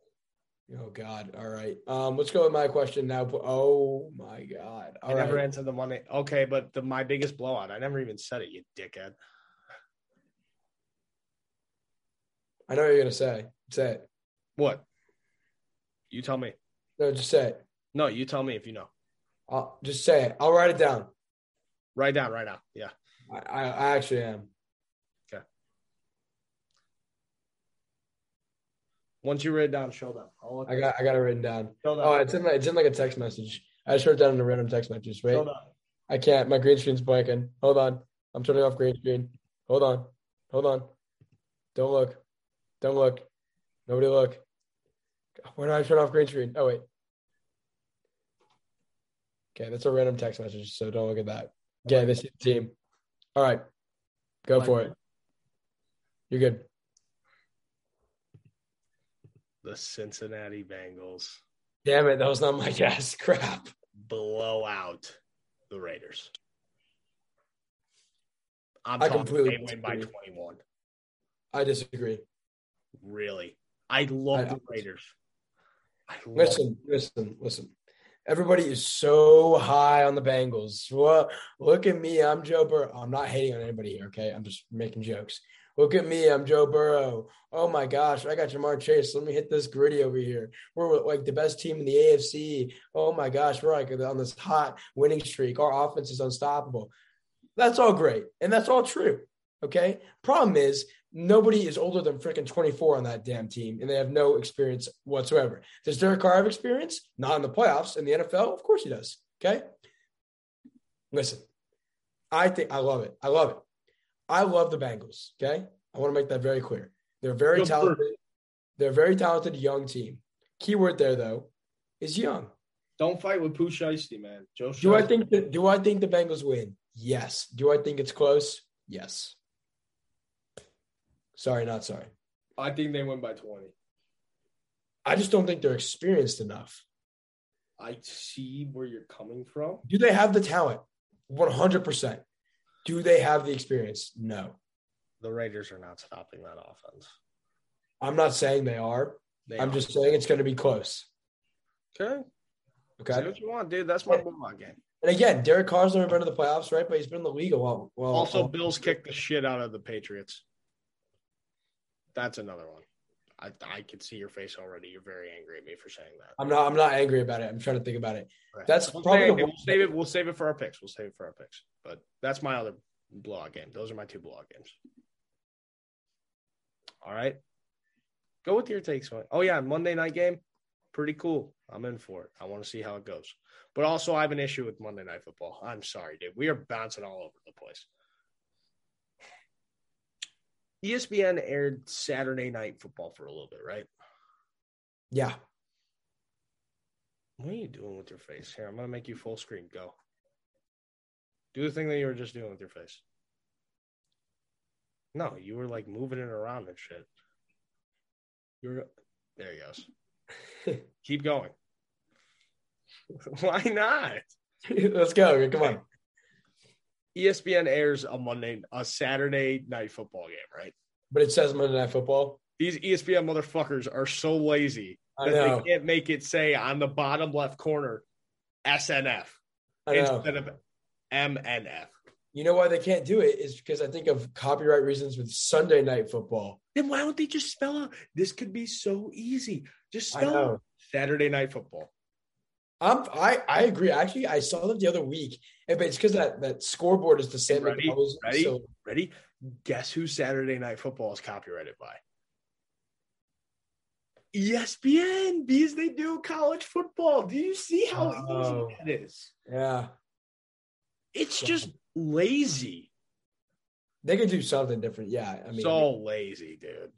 [SPEAKER 2] Oh God. All right. Um, let's go with my question now. Oh my God.
[SPEAKER 1] I
[SPEAKER 2] All
[SPEAKER 1] never
[SPEAKER 2] right.
[SPEAKER 1] answered the money. Okay, but the, my biggest blowout. I never even said it, you dickhead.
[SPEAKER 2] I know what you're gonna say. Say it.
[SPEAKER 1] What? You tell me.
[SPEAKER 2] No, just say it.
[SPEAKER 1] No, you tell me if you know.
[SPEAKER 2] I'll just say it. I'll write it down.
[SPEAKER 1] Right down, right now. Yeah.
[SPEAKER 2] I, I, I actually am.
[SPEAKER 1] Once you write it down, show them. I'll look
[SPEAKER 2] I got I got it written down.
[SPEAKER 1] show them.
[SPEAKER 2] Oh, it's in my, it's in like a text message. I just wrote it down in a random text message. Wait.
[SPEAKER 1] show them.
[SPEAKER 2] I can't. My green screen's blanking. Hold on. I'm turning off green screen. Hold on. Hold on. Don't look. Don't look. Nobody look. Where do I turn off green screen? Oh, wait. Okay, that's a random text message, so don't look at that. Okay, this is the team. All right. Go for it. You're good.
[SPEAKER 1] The Cincinnati Bengals
[SPEAKER 2] Damn it. That was not my guess. Crap.
[SPEAKER 1] blow out the Raiders. I'm
[SPEAKER 2] I
[SPEAKER 1] talking
[SPEAKER 2] completely
[SPEAKER 1] they win by
[SPEAKER 2] disagree.
[SPEAKER 1] 21.
[SPEAKER 2] I disagree.
[SPEAKER 1] Really. I love
[SPEAKER 2] I-
[SPEAKER 1] the Raiders. I love
[SPEAKER 2] Listen, listen, listen. Everybody is so high on the Bengals. What? Look at me. I'm Joe Burrow. I'm not hating on anybody here. Okay, I'm just making jokes. Look at me. I'm Joe Burrow. Oh my gosh, I got Jamar Chase. Let me hit this gritty over here. We're like the best team in the AFC. Oh my gosh, we're like on this hot winning streak. Our offense is unstoppable. That's all great, and that's all true. Okay. Problem is, nobody is older than freaking 24 on that damn team, and they have no experience whatsoever. Does Derek Carr have experience? Not in the playoffs. In the NFL, of course he does. Okay. Listen, I think I love it. I love it. I love the Bengals. Okay. I want to make that very clear. They're very
[SPEAKER 1] Go
[SPEAKER 2] talented. They're a very talented young team. Keyword there though is young.
[SPEAKER 1] Don't fight with Pooh Shiesty, man. Joe
[SPEAKER 2] Do I
[SPEAKER 1] Shiesty.
[SPEAKER 2] think that do I think the Bengals win? Yes. Do I think it's close? Yes. Sorry, not sorry.
[SPEAKER 1] I think they win by 20.
[SPEAKER 2] I just don't think they're experienced enough.
[SPEAKER 1] I see where you're coming from.
[SPEAKER 2] Do they have the talent? 100%. Do they have the experience? No.
[SPEAKER 1] The Raiders are not stopping that offense.
[SPEAKER 2] I'm not saying they are.
[SPEAKER 1] They
[SPEAKER 2] I'm
[SPEAKER 1] are.
[SPEAKER 2] just saying it's going to be close.
[SPEAKER 1] okay. Say
[SPEAKER 2] Okay.
[SPEAKER 1] what you want, dude. That's my Bulldog game.
[SPEAKER 2] And again, Derek Carr's never been to the playoffs, right? But he's been in the league a lot. Well,
[SPEAKER 1] Also,
[SPEAKER 2] a-
[SPEAKER 1] Bills kicked the shit out of the Patriots. That's another one. I, I could see your face already. You're very angry at me for saying that.
[SPEAKER 2] I'm not. I'm not angry about it. I'm trying to think about it.
[SPEAKER 1] Right.
[SPEAKER 2] That's
[SPEAKER 1] We'll
[SPEAKER 2] probably
[SPEAKER 1] save,
[SPEAKER 2] the
[SPEAKER 1] it.
[SPEAKER 2] one-
[SPEAKER 1] We'll save it. We'll save it for our picks. We'll save it for our picks. But that's my other blowout game. Those are my two blowout games. All right. Go with your takes. man. Oh yeah, Monday night game. Pretty cool. I'm in for it. I want to see how it goes. But also, I have an issue with Monday night football. I'm sorry, dude. We are bouncing all over the place. ESPN aired Saturday night football for a little bit, right?
[SPEAKER 2] Yeah.
[SPEAKER 1] What are you doing with your face? Here, I'm gonna make you full screen. Go. Do the thing that you were just doing with your face. No, you were like moving it around and shit. You're there. He goes. Keep going. Why not?
[SPEAKER 2] Let's go. Come on.
[SPEAKER 1] ESPN airs a Monday, a Saturday night football game, right?
[SPEAKER 2] But it says Monday Night Football.
[SPEAKER 1] These E ESPN motherfuckers are so lazy
[SPEAKER 2] I
[SPEAKER 1] that
[SPEAKER 2] know.
[SPEAKER 1] they can't make it say on the bottom left corner SNF
[SPEAKER 2] I know.
[SPEAKER 1] instead of MNF.
[SPEAKER 2] You know why they can't do it is because I think of copyright reasons with Sunday Night Football.
[SPEAKER 1] Then why don't they just spell out? This could be so easy. Just
[SPEAKER 2] I
[SPEAKER 1] spell
[SPEAKER 2] know.
[SPEAKER 1] out Saturday Night Football.
[SPEAKER 2] I'm, I I agree. Actually, I saw them the other week, and but it's because that that scoreboard is the same.
[SPEAKER 1] Ready?
[SPEAKER 2] McDonald's,
[SPEAKER 1] Ready?
[SPEAKER 2] so-
[SPEAKER 1] Ready? Guess who Saturday Night Football is copyrighted by? E ESPN, because they do college football. Do you see how
[SPEAKER 2] Oh.
[SPEAKER 1] easy that is?
[SPEAKER 2] yeah,
[SPEAKER 1] It's just lazy.
[SPEAKER 2] they could do something different. Yeah, I mean,
[SPEAKER 1] so lazy, dude.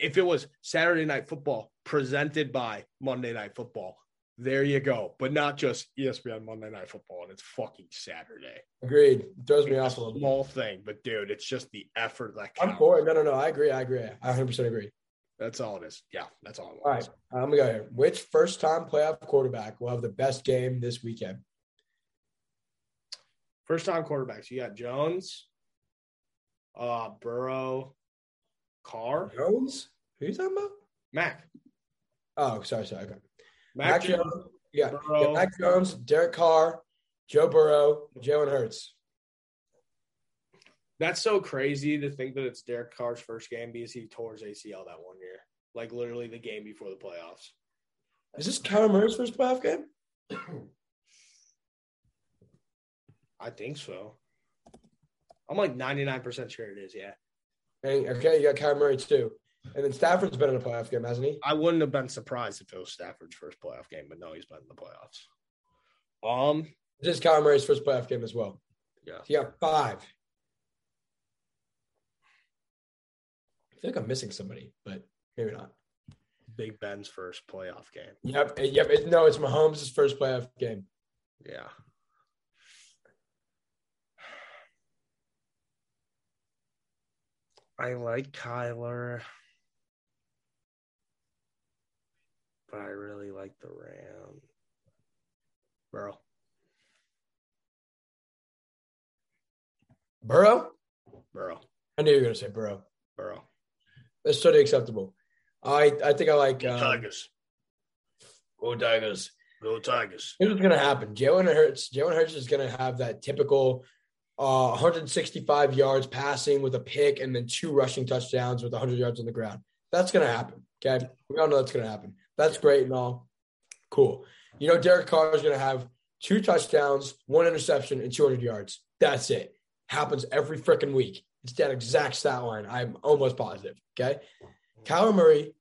[SPEAKER 1] If it was Saturday Night Football presented by Monday Night Football, there you go. But not just E ESPN Monday Night Football, and it's fucking Saturday.
[SPEAKER 2] agreed. It throws me
[SPEAKER 1] It's
[SPEAKER 2] off
[SPEAKER 1] a
[SPEAKER 2] a little. bit.
[SPEAKER 1] small thing, but dude, it's just the effort that
[SPEAKER 2] I'm
[SPEAKER 1] counts.
[SPEAKER 2] for it. No, no, no. I agree. I agree. I 100 percent agree.
[SPEAKER 1] That's all it is. Yeah, that's all. It
[SPEAKER 2] All
[SPEAKER 1] was.
[SPEAKER 2] right, I'm gonna go here. Which first time playoff quarterback will have the best game this weekend?
[SPEAKER 1] First time quarterbacks. You got Jones, uh, Burrow, Carr,
[SPEAKER 2] Jones? Who you talking about?
[SPEAKER 1] Mac,
[SPEAKER 2] Oh, sorry, sorry. Okay.
[SPEAKER 1] Mac,
[SPEAKER 2] Mac
[SPEAKER 1] Jones,
[SPEAKER 2] Jones. Yeah.
[SPEAKER 1] Burrow.
[SPEAKER 2] yeah, Mac Jones, Derek Carr, Joe Burrow, Jalen Hurts.
[SPEAKER 1] That's so crazy to think that it's Derek Carr's first game because he tore his ACL that one year, like literally the game before the playoffs.
[SPEAKER 2] Is this Kyler Murray's first playoff game?
[SPEAKER 1] I think so. I'm like 99% sure it is. Yeah,
[SPEAKER 2] And, okay, you got Kyler Murray too. And then Stafford's been in a playoff game, hasn't he?
[SPEAKER 1] I wouldn't have been surprised if it was Stafford's first playoff game, but no, he's been in the playoffs. Um,
[SPEAKER 2] This is Kyler Murray's first playoff game as well.
[SPEAKER 1] Yeah.
[SPEAKER 2] He got five. I feel like I'm missing somebody, but maybe not.
[SPEAKER 1] Big Ben's first playoff game.
[SPEAKER 2] Yep. eh, Yep. it- No, it's Mahomes' first playoff game.
[SPEAKER 1] Yeah. I like Kyler, but I really like the Ram. Burrow.
[SPEAKER 2] Burrow?
[SPEAKER 1] Burrow.
[SPEAKER 2] I knew you were going to say Burrow.
[SPEAKER 1] Burrow.
[SPEAKER 2] That's totally acceptable. I, I think I like.
[SPEAKER 1] Go
[SPEAKER 2] Um,
[SPEAKER 1] Tigers. Go Tigers.
[SPEAKER 2] Here's what's going to happen. Jalen Hurts. Jalen Hurts is going to have that typical uh, 165 yards passing with a pick and then two rushing touchdowns with 100 yards on the ground. That's going to happen. Okay. We all know that's going to happen. That's great and all. Cool. You know, Derek Carr is going to have two touchdowns, one interception, and 200 yards. That's it. Happens every freaking week. It's that exact stat line. I'm almost positive. Okay. Kyler Murray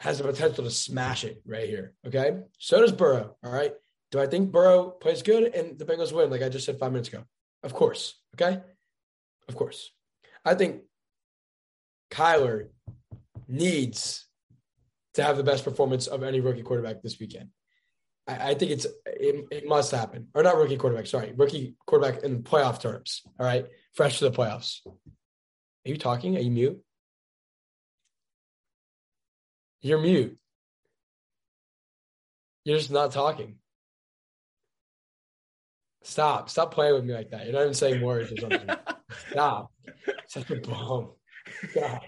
[SPEAKER 2] has the potential to smash it right here. Okay. So does Burrow. All right. Do I think Burrow plays good and the Bengals win, like I just said five minutes ago? Of course. Okay. Of course. I think Kyler needs to have the best performance of any rookie quarterback this weekend. I, I think it's it, it must happen, or not rookie quarterback. Sorry, rookie quarterback in playoff terms. All right, fresh to the playoffs. Are you talking? Are you mute? You're mute. You're just not talking. Stop! Stop playing with me like that. You're not even saying words or something. Stop! Such a bum. God.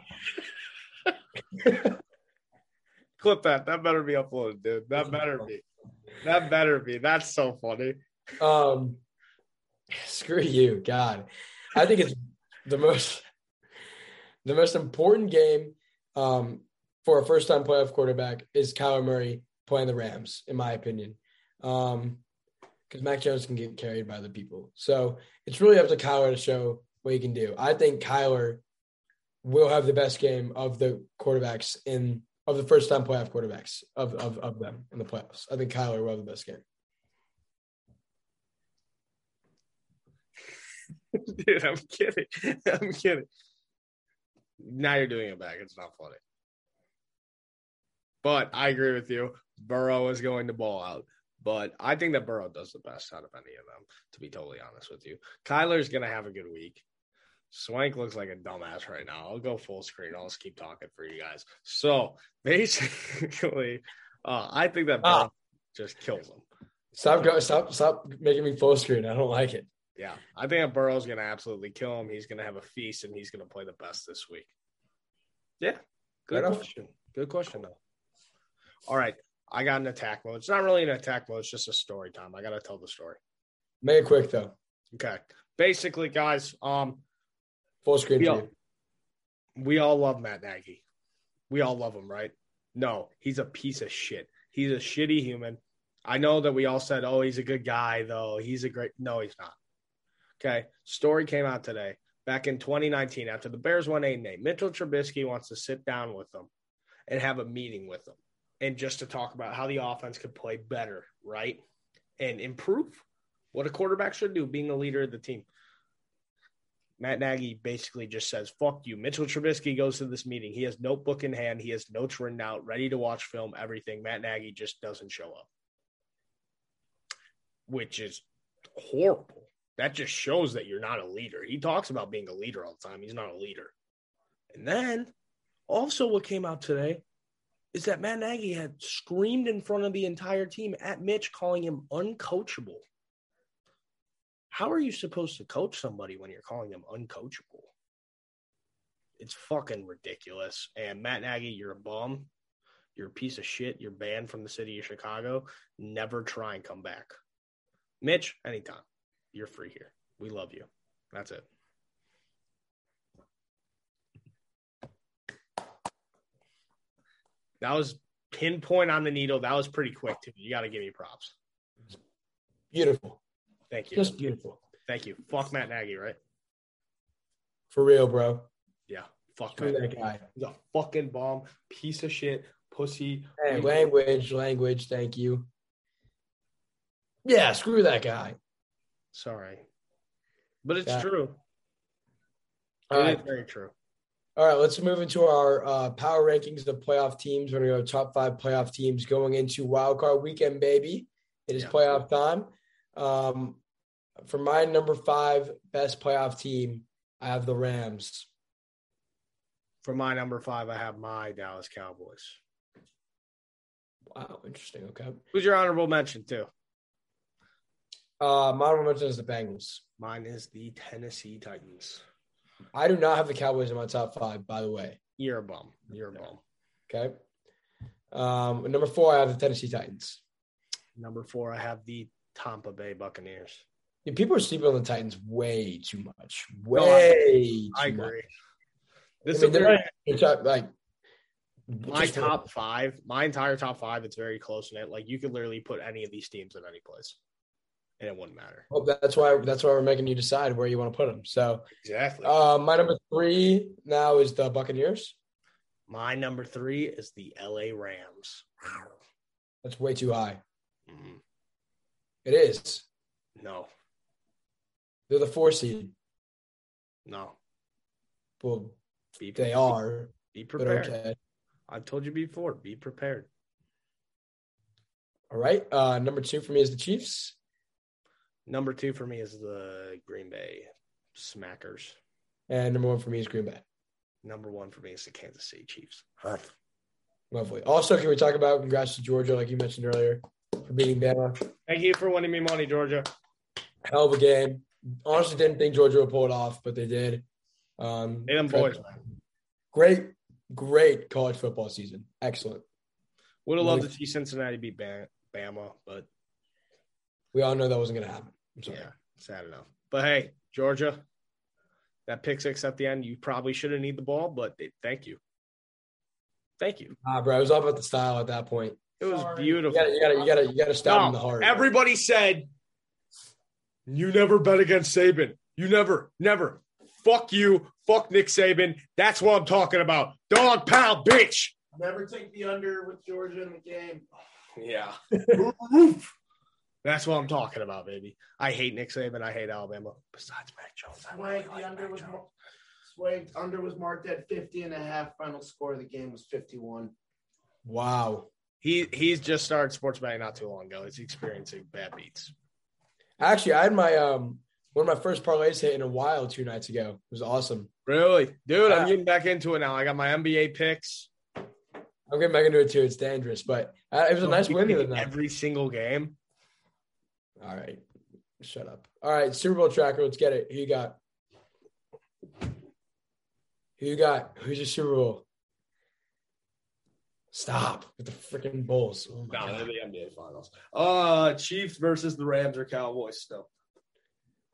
[SPEAKER 1] Clip that. That better be uploaded, dude. That better be. That better be. That's so funny.
[SPEAKER 2] Um, screw you, God. I think it's the most the most important game um, for a first time playoff quarterback is Kyler Murray playing the Rams, in my opinion, because Mac Jones can get carried by the people. So it's really up to Kyler to show what he can do. I think Kyler will have the best game of the quarterbacks in of the first time playoff quarterbacks of, of of them in the playoffs. I think Kyler will have the best game.
[SPEAKER 1] Dude, I'm kidding. I'm kidding. Now you're doing it back. It's not funny. But I agree with you. Burrow is going to ball out. But I think that Burrow does the best out of any of them, to be totally honest with you. Kyler's going to have a good week. Swank looks like a dumbass right now. I'll go full screen. I'll just keep talking for you guys. So basically, uh, I think that Burrow
[SPEAKER 2] Ah.
[SPEAKER 1] just kills him.
[SPEAKER 2] Stop go stop stop making me full screen. I don't like it.
[SPEAKER 1] Yeah, I think that Burrow's going to absolutely kill him. He's going to have a feast, and he's going to play the best this week. Yeah, good
[SPEAKER 2] Fair enough.
[SPEAKER 1] question. Good question though. All right, I got an attack mode. It's not really an attack mode. It's just a story time. I got to tell the story.
[SPEAKER 2] Make it quick though.
[SPEAKER 1] Okay, basically, guys, um,
[SPEAKER 2] Full screen.
[SPEAKER 1] Yeah.
[SPEAKER 2] for you.
[SPEAKER 1] we all love Matt Nagy. We all love him, right? No, he's a piece of shit. He's a shitty human. I know that we all said, oh, he's a good guy, though. He's a great. No, he's not. Okay. Story came out today back in 2019 after the Bears won 8 8. Mitchell Trubisky wants to sit down with them and have a meeting with them and just to talk about how the offense could play better, right? And improve what a quarterback should do, being the leader of the team. Matt Nagy basically just says, fuck you. Mitchell Trubisky goes to this meeting. He has notebook in hand. He has notes written out, ready to watch film, everything. Matt Nagy just doesn't show up, which is horrible. That just shows that you're not a leader. He talks about being a leader all the time. He's not a leader. And then also, what came out today is that Matt Nagy had screamed in front of the entire team at Mitch, calling him uncoachable how are you supposed to coach somebody when you're calling them uncoachable? It's fucking ridiculous. And Matt Nagy, you're a bum. You're a piece of shit. You're banned from the city of Chicago. Never try and come back. Mitch, anytime. You're free here. We love you. That's it. That was pinpoint on the needle. That was pretty quick, too. You got to give me props.
[SPEAKER 2] Beautiful.
[SPEAKER 1] Thank you.
[SPEAKER 2] Just beautiful.
[SPEAKER 1] Thank you. Fuck Matt Nagy, right?
[SPEAKER 2] For real, bro.
[SPEAKER 1] Yeah. Fuck
[SPEAKER 2] Screw
[SPEAKER 1] Matt.
[SPEAKER 2] that guy.
[SPEAKER 1] He's a fucking bomb, piece of shit, pussy.
[SPEAKER 2] Hey, language, language. Thank you. Yeah, screw that guy.
[SPEAKER 1] Sorry. But it's
[SPEAKER 2] Yeah.
[SPEAKER 1] true. It
[SPEAKER 2] All
[SPEAKER 1] is
[SPEAKER 2] right.
[SPEAKER 1] very true.
[SPEAKER 2] All right, let's move into our uh, power rankings of playoff teams. We're going to go top five playoff teams going into wild card weekend, baby. It is
[SPEAKER 1] Yeah.
[SPEAKER 2] playoff time. Um, for my number five best playoff team, I have the Rams.
[SPEAKER 1] For my number five, I have my Dallas Cowboys.
[SPEAKER 2] Wow, interesting. Okay.
[SPEAKER 1] Who's your honorable mention too?
[SPEAKER 2] Uh, my honorable mention is the Bengals.
[SPEAKER 1] Mine is the Tennessee Titans.
[SPEAKER 2] I do not have the Cowboys in my top five, by the way.
[SPEAKER 1] You're a bum. You're a bum.
[SPEAKER 2] Okay. Um, number four, I have the Tennessee Titans.
[SPEAKER 1] Number four, I have the Tampa Bay Buccaneers.
[SPEAKER 2] Yeah, people are sleeping on the Titans way too much. Way
[SPEAKER 1] No, I-
[SPEAKER 2] too
[SPEAKER 1] I
[SPEAKER 2] much.
[SPEAKER 1] agree. This
[SPEAKER 2] I mean,
[SPEAKER 1] is
[SPEAKER 2] they're
[SPEAKER 1] very-
[SPEAKER 2] not- they're top- like
[SPEAKER 1] my
[SPEAKER 2] just-
[SPEAKER 1] top five, my entire top five. It's very close in it. Like you could literally put any of these teams in any place. and it wouldn't matter.
[SPEAKER 2] Hope that- Oh, that's why that's why we're making you decide where you want to put them. So
[SPEAKER 1] Exactly.
[SPEAKER 2] uh, my number three now is the Buccaneers.
[SPEAKER 1] My number three is the LA Rams.
[SPEAKER 2] That's way too high.
[SPEAKER 1] Mm,
[SPEAKER 2] It is.
[SPEAKER 1] No,
[SPEAKER 2] They're the four seed.
[SPEAKER 1] no.
[SPEAKER 2] Well,
[SPEAKER 1] Be,
[SPEAKER 2] they are,
[SPEAKER 1] Be
[SPEAKER 2] but
[SPEAKER 1] prepared.
[SPEAKER 2] okay.
[SPEAKER 1] I've told you before. Be prepared.
[SPEAKER 2] All right. Uh, number two for me is the Chiefs.
[SPEAKER 1] Number two for me is the Green Bay Smackers.
[SPEAKER 2] And number one for me is Green Bay.
[SPEAKER 1] Number one for me is the Kansas City Chiefs.
[SPEAKER 2] Lovely. Also, can we talk about congrats to Georgia, like you mentioned earlier, for beating Bama?
[SPEAKER 1] Thank you for winning me money, Georgia.
[SPEAKER 2] Hell of a game. Honestly, didn't think Georgia would pull it off, but they did. Um,
[SPEAKER 1] Hey, them boys, man.
[SPEAKER 2] Great, great college football season. Excellent.
[SPEAKER 1] Would have loved to see Cincinnati beat Ba- Bama, but
[SPEAKER 2] We all know that wasn't going to happen. I'm sorry.
[SPEAKER 1] yeah, sad enough. But hey, Georgia, that pick six at the end, you probably shouldn't need the ball, but they, thank you. Thank you.
[SPEAKER 2] Nah, bro, it was all about the style at that point.
[SPEAKER 1] It was
[SPEAKER 3] Sorry.
[SPEAKER 2] You
[SPEAKER 1] beautiful.
[SPEAKER 2] gotta, you gotta, you gotta, you gotta stab
[SPEAKER 1] No,
[SPEAKER 2] him in the heart.
[SPEAKER 1] Everybody said, "You never bet against Saban. You never, never. Fuck you. Fuck Nick Saban. That's what I'm talking about. Dog pal, bitch."
[SPEAKER 3] Never take the under with Georgia in the game.
[SPEAKER 1] Yeah. Oof. That's what I'm talking about, baby. I hate Nick Saban. I hate Alabama. Besides Mac Jones, I really
[SPEAKER 3] Swag
[SPEAKER 1] like
[SPEAKER 3] the under
[SPEAKER 1] Mac
[SPEAKER 3] was
[SPEAKER 1] Jones.
[SPEAKER 3] mar- Swag under was marked at 50 and a half. Final score of the game was 51.
[SPEAKER 2] Wow.
[SPEAKER 1] He he's just started sports betting not too long ago. He's experiencing bad beats.
[SPEAKER 2] Actually, I had my um one of my first parlays hit in a while two nights ago. It was awesome.
[SPEAKER 1] Really, dude.
[SPEAKER 2] Yeah.
[SPEAKER 1] I'm getting back into it now. I got my NBA picks.
[SPEAKER 2] I'm getting back into it too. It's dangerous, but uh, it was a nice win the other night.
[SPEAKER 1] Every single game.
[SPEAKER 2] All right. Shut up. All right. Super Bowl tracker. Let's get it. Who you got? Who you got? Who's your Super Bowl? Stop with the freaking Bulls. Oh my
[SPEAKER 1] No, they're
[SPEAKER 2] God.
[SPEAKER 1] the NBA finals. Uh Chiefs versus the Rams or Cowboys still.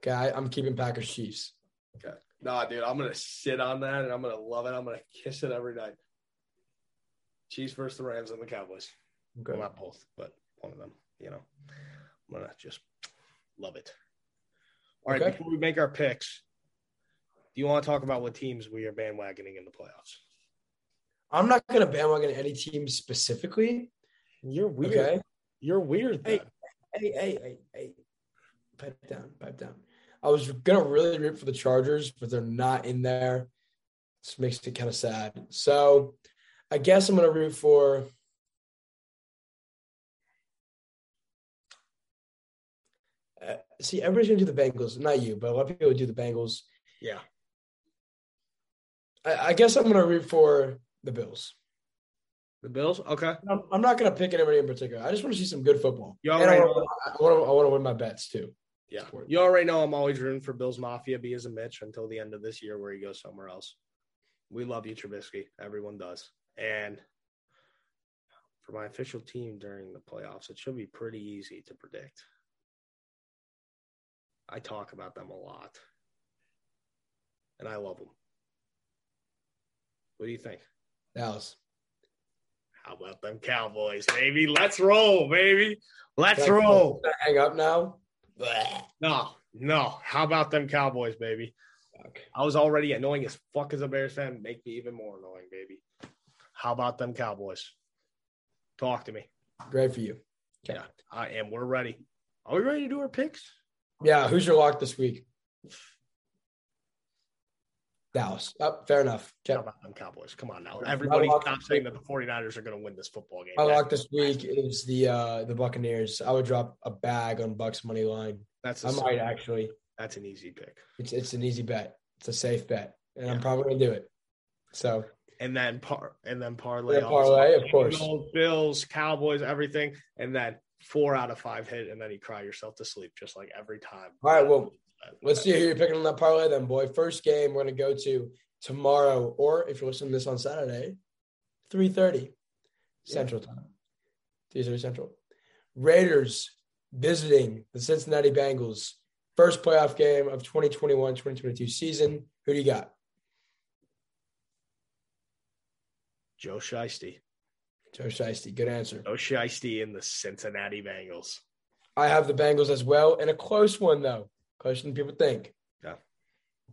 [SPEAKER 2] Okay. I, I'm keeping Packers Chiefs.
[SPEAKER 1] Nah, dude, I'm gonna sit on that and I'm gonna love it. I'm gonna kiss it every night. Chiefs versus the Rams and the Cowboys. Well,
[SPEAKER 2] Okay.
[SPEAKER 1] not both, but one of them, you know. I'm gonna just love it. All right,
[SPEAKER 2] Okay.
[SPEAKER 1] before we make our picks, do you want to talk about what teams we are bandwagoning in the playoffs?
[SPEAKER 2] I'm not going to bandwagon any team specifically.
[SPEAKER 1] You're weird.
[SPEAKER 2] Okay.
[SPEAKER 1] You're weird.
[SPEAKER 2] Hey, hey, hey, hey, hey. Pipe down, pipe down. I was gonna really root for the Chargers, but they're not in there. This makes it kind of sad. So I guess I'm gonna root for Uh, see, everybody's gonna do the Bengals. Not you, but a lot of people do the Bengals.
[SPEAKER 1] Yeah.
[SPEAKER 2] I, I guess I'm gonna root for the Bills.
[SPEAKER 1] The Bills? Okay.
[SPEAKER 2] I'm, I'm not gonna pick anybody in particular. I just want to see some good football.
[SPEAKER 1] You
[SPEAKER 2] And
[SPEAKER 1] already
[SPEAKER 2] I want to I want to win my bets too.
[SPEAKER 1] Yeah.
[SPEAKER 2] Sport.
[SPEAKER 1] You already know I'm always rooting for Bills Mafia B as a Mitch until the end of this year where he goes somewhere else. We love you, Trubisky. Everyone does. And for my official team during the playoffs, it should be pretty easy to predict. I talk about them a lot. And I love them. What do you think?
[SPEAKER 2] Dallas.
[SPEAKER 1] How about them Cowboys, baby? Let's roll, baby. Let's
[SPEAKER 2] Can I-
[SPEAKER 1] roll.
[SPEAKER 2] can I Hang up now.
[SPEAKER 1] No, no. How about them Cowboys, baby? I was already annoying as fuck as a Bears fan. Make me even more annoying, baby. How about them Cowboys? Talk to me.
[SPEAKER 2] Great for you.
[SPEAKER 1] I am. We're ready. Are we ready to do our picks?
[SPEAKER 2] Yeah, who's your lock this week? Dallas. Oh, fair enough.
[SPEAKER 1] How
[SPEAKER 2] Check.
[SPEAKER 1] about them Cowboys? Come on now. Everybody stop saying that the 49ers are going to win this football game.
[SPEAKER 2] My lock this week is the uh the Buccaneers. I would drop a bag on Bucks money line.
[SPEAKER 1] That's a,
[SPEAKER 2] I might actually.
[SPEAKER 1] that's an easy pick.
[SPEAKER 2] It's it's an easy bet. It's a safe bet, and I'm
[SPEAKER 1] Yeah.
[SPEAKER 2] probably gonna do it. So
[SPEAKER 1] And then par and then parlay.
[SPEAKER 2] Yeah, parlay, of course.
[SPEAKER 1] Bills, Bills, Cowboys, everything, and then four out of five hit, and then you cry yourself to sleep just like every time.
[SPEAKER 2] All right, well, let's see who you're picking on that parlay, then, boy. First game we're gonna go to tomorrow, or if you're listening to this on Saturday, three thirty Central Time. Three thirty Central. Raiders visiting the Cincinnati Bengals. First playoff game of 2021-2022 season. Who do you got?
[SPEAKER 1] Joe Shiesty.
[SPEAKER 2] Joe Shiesty. Good answer.
[SPEAKER 1] Joe Shiesty in the Cincinnati Bengals.
[SPEAKER 2] I have the Bengals as well, and a close one though, closer than people think.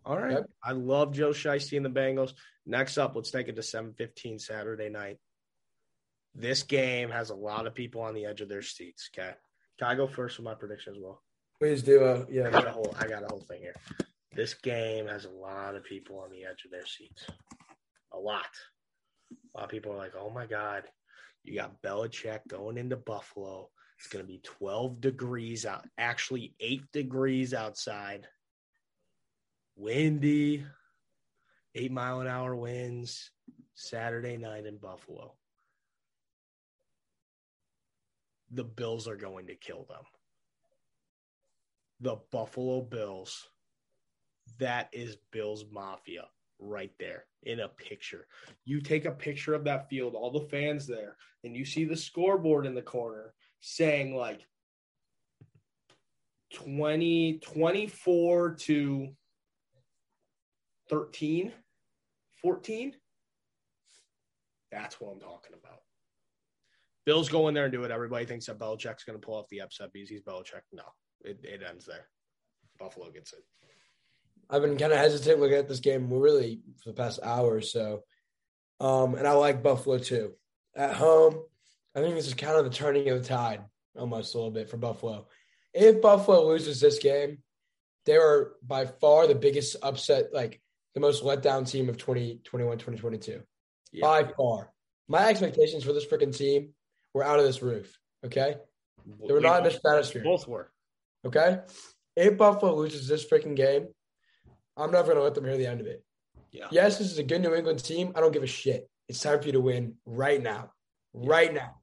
[SPEAKER 1] All right.
[SPEAKER 2] Yep.
[SPEAKER 1] I love Joe Shiesty and the Bengals. Next up, let's take it to 7:15 Saturday night. This game has a lot of people on the edge of their seats. Okay. Can I go first with my prediction as well?
[SPEAKER 2] Please do, uh,
[SPEAKER 1] I
[SPEAKER 2] yeah.
[SPEAKER 1] got a whole I got a whole thing here. This game has a lot of people on the edge of their seats. A lot. A lot of people are like, oh my God, you got Belichick going into Buffalo. It's gonna be 12 degrees out, actually eight degrees outside. Windy, eight mile an hour winds, Saturday night in Buffalo. The Bills are going to kill them the Buffalo Bills. That is Bills Mafia right there in a picture. You take a picture of that field, all the fans there, and you see the scoreboard in the corner saying like 20 24 to 13 14 that's what I'm talking about. Bills go in there and do it. Everybody thinks that Belichick's going to pull off the upset because he's Belichick. No, it, it ends there. Buffalo gets it.
[SPEAKER 2] I've been kind of hesitant looking at this game really for the past hour or so. Um, and I like Buffalo too. At home, I think this is kind of the turning of the tide almost a little bit for Buffalo. If Buffalo loses this game, they are by far the biggest upset, like the most let down team of 2021, 2022.
[SPEAKER 1] Yeah.
[SPEAKER 2] By far. My expectations for this freaking team were out of this roof. Okay. They were
[SPEAKER 1] We
[SPEAKER 2] not in
[SPEAKER 1] both,
[SPEAKER 2] this stratosphere.
[SPEAKER 1] both were.
[SPEAKER 2] Okay. If Buffalo loses this freaking game, I'm never going to let them hear the end of it.
[SPEAKER 1] Yeah.
[SPEAKER 2] Yes, this is a good New England team. I don't give a shit. It's time for you to win right now. Right now.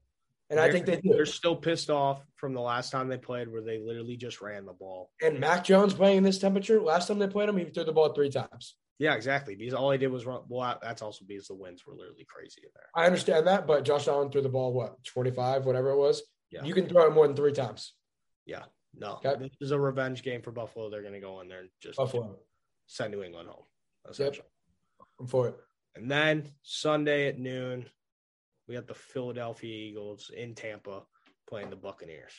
[SPEAKER 2] And I think they do.
[SPEAKER 1] They're still pissed off from the last time they played, where they literally just ran the ball.
[SPEAKER 2] And Mac Jones playing in this temperature, last time they played him, he threw the ball three times.
[SPEAKER 1] Yeah, exactly. Because all they did was run. Well, that's also because the winds were literally crazy in there.
[SPEAKER 2] I understand that, but Josh Allen threw the ball, what, 25, whatever it was?
[SPEAKER 1] Yeah.
[SPEAKER 2] You can throw it more than three times.
[SPEAKER 1] No,
[SPEAKER 2] Okay.
[SPEAKER 1] this is a revenge game for Buffalo. They're going to go in there and just
[SPEAKER 2] Buffalo.
[SPEAKER 1] send New England home. Essentially.
[SPEAKER 2] I'm for it.
[SPEAKER 1] And then Sunday at noon, we got the Philadelphia Eagles in Tampa playing the Buccaneers.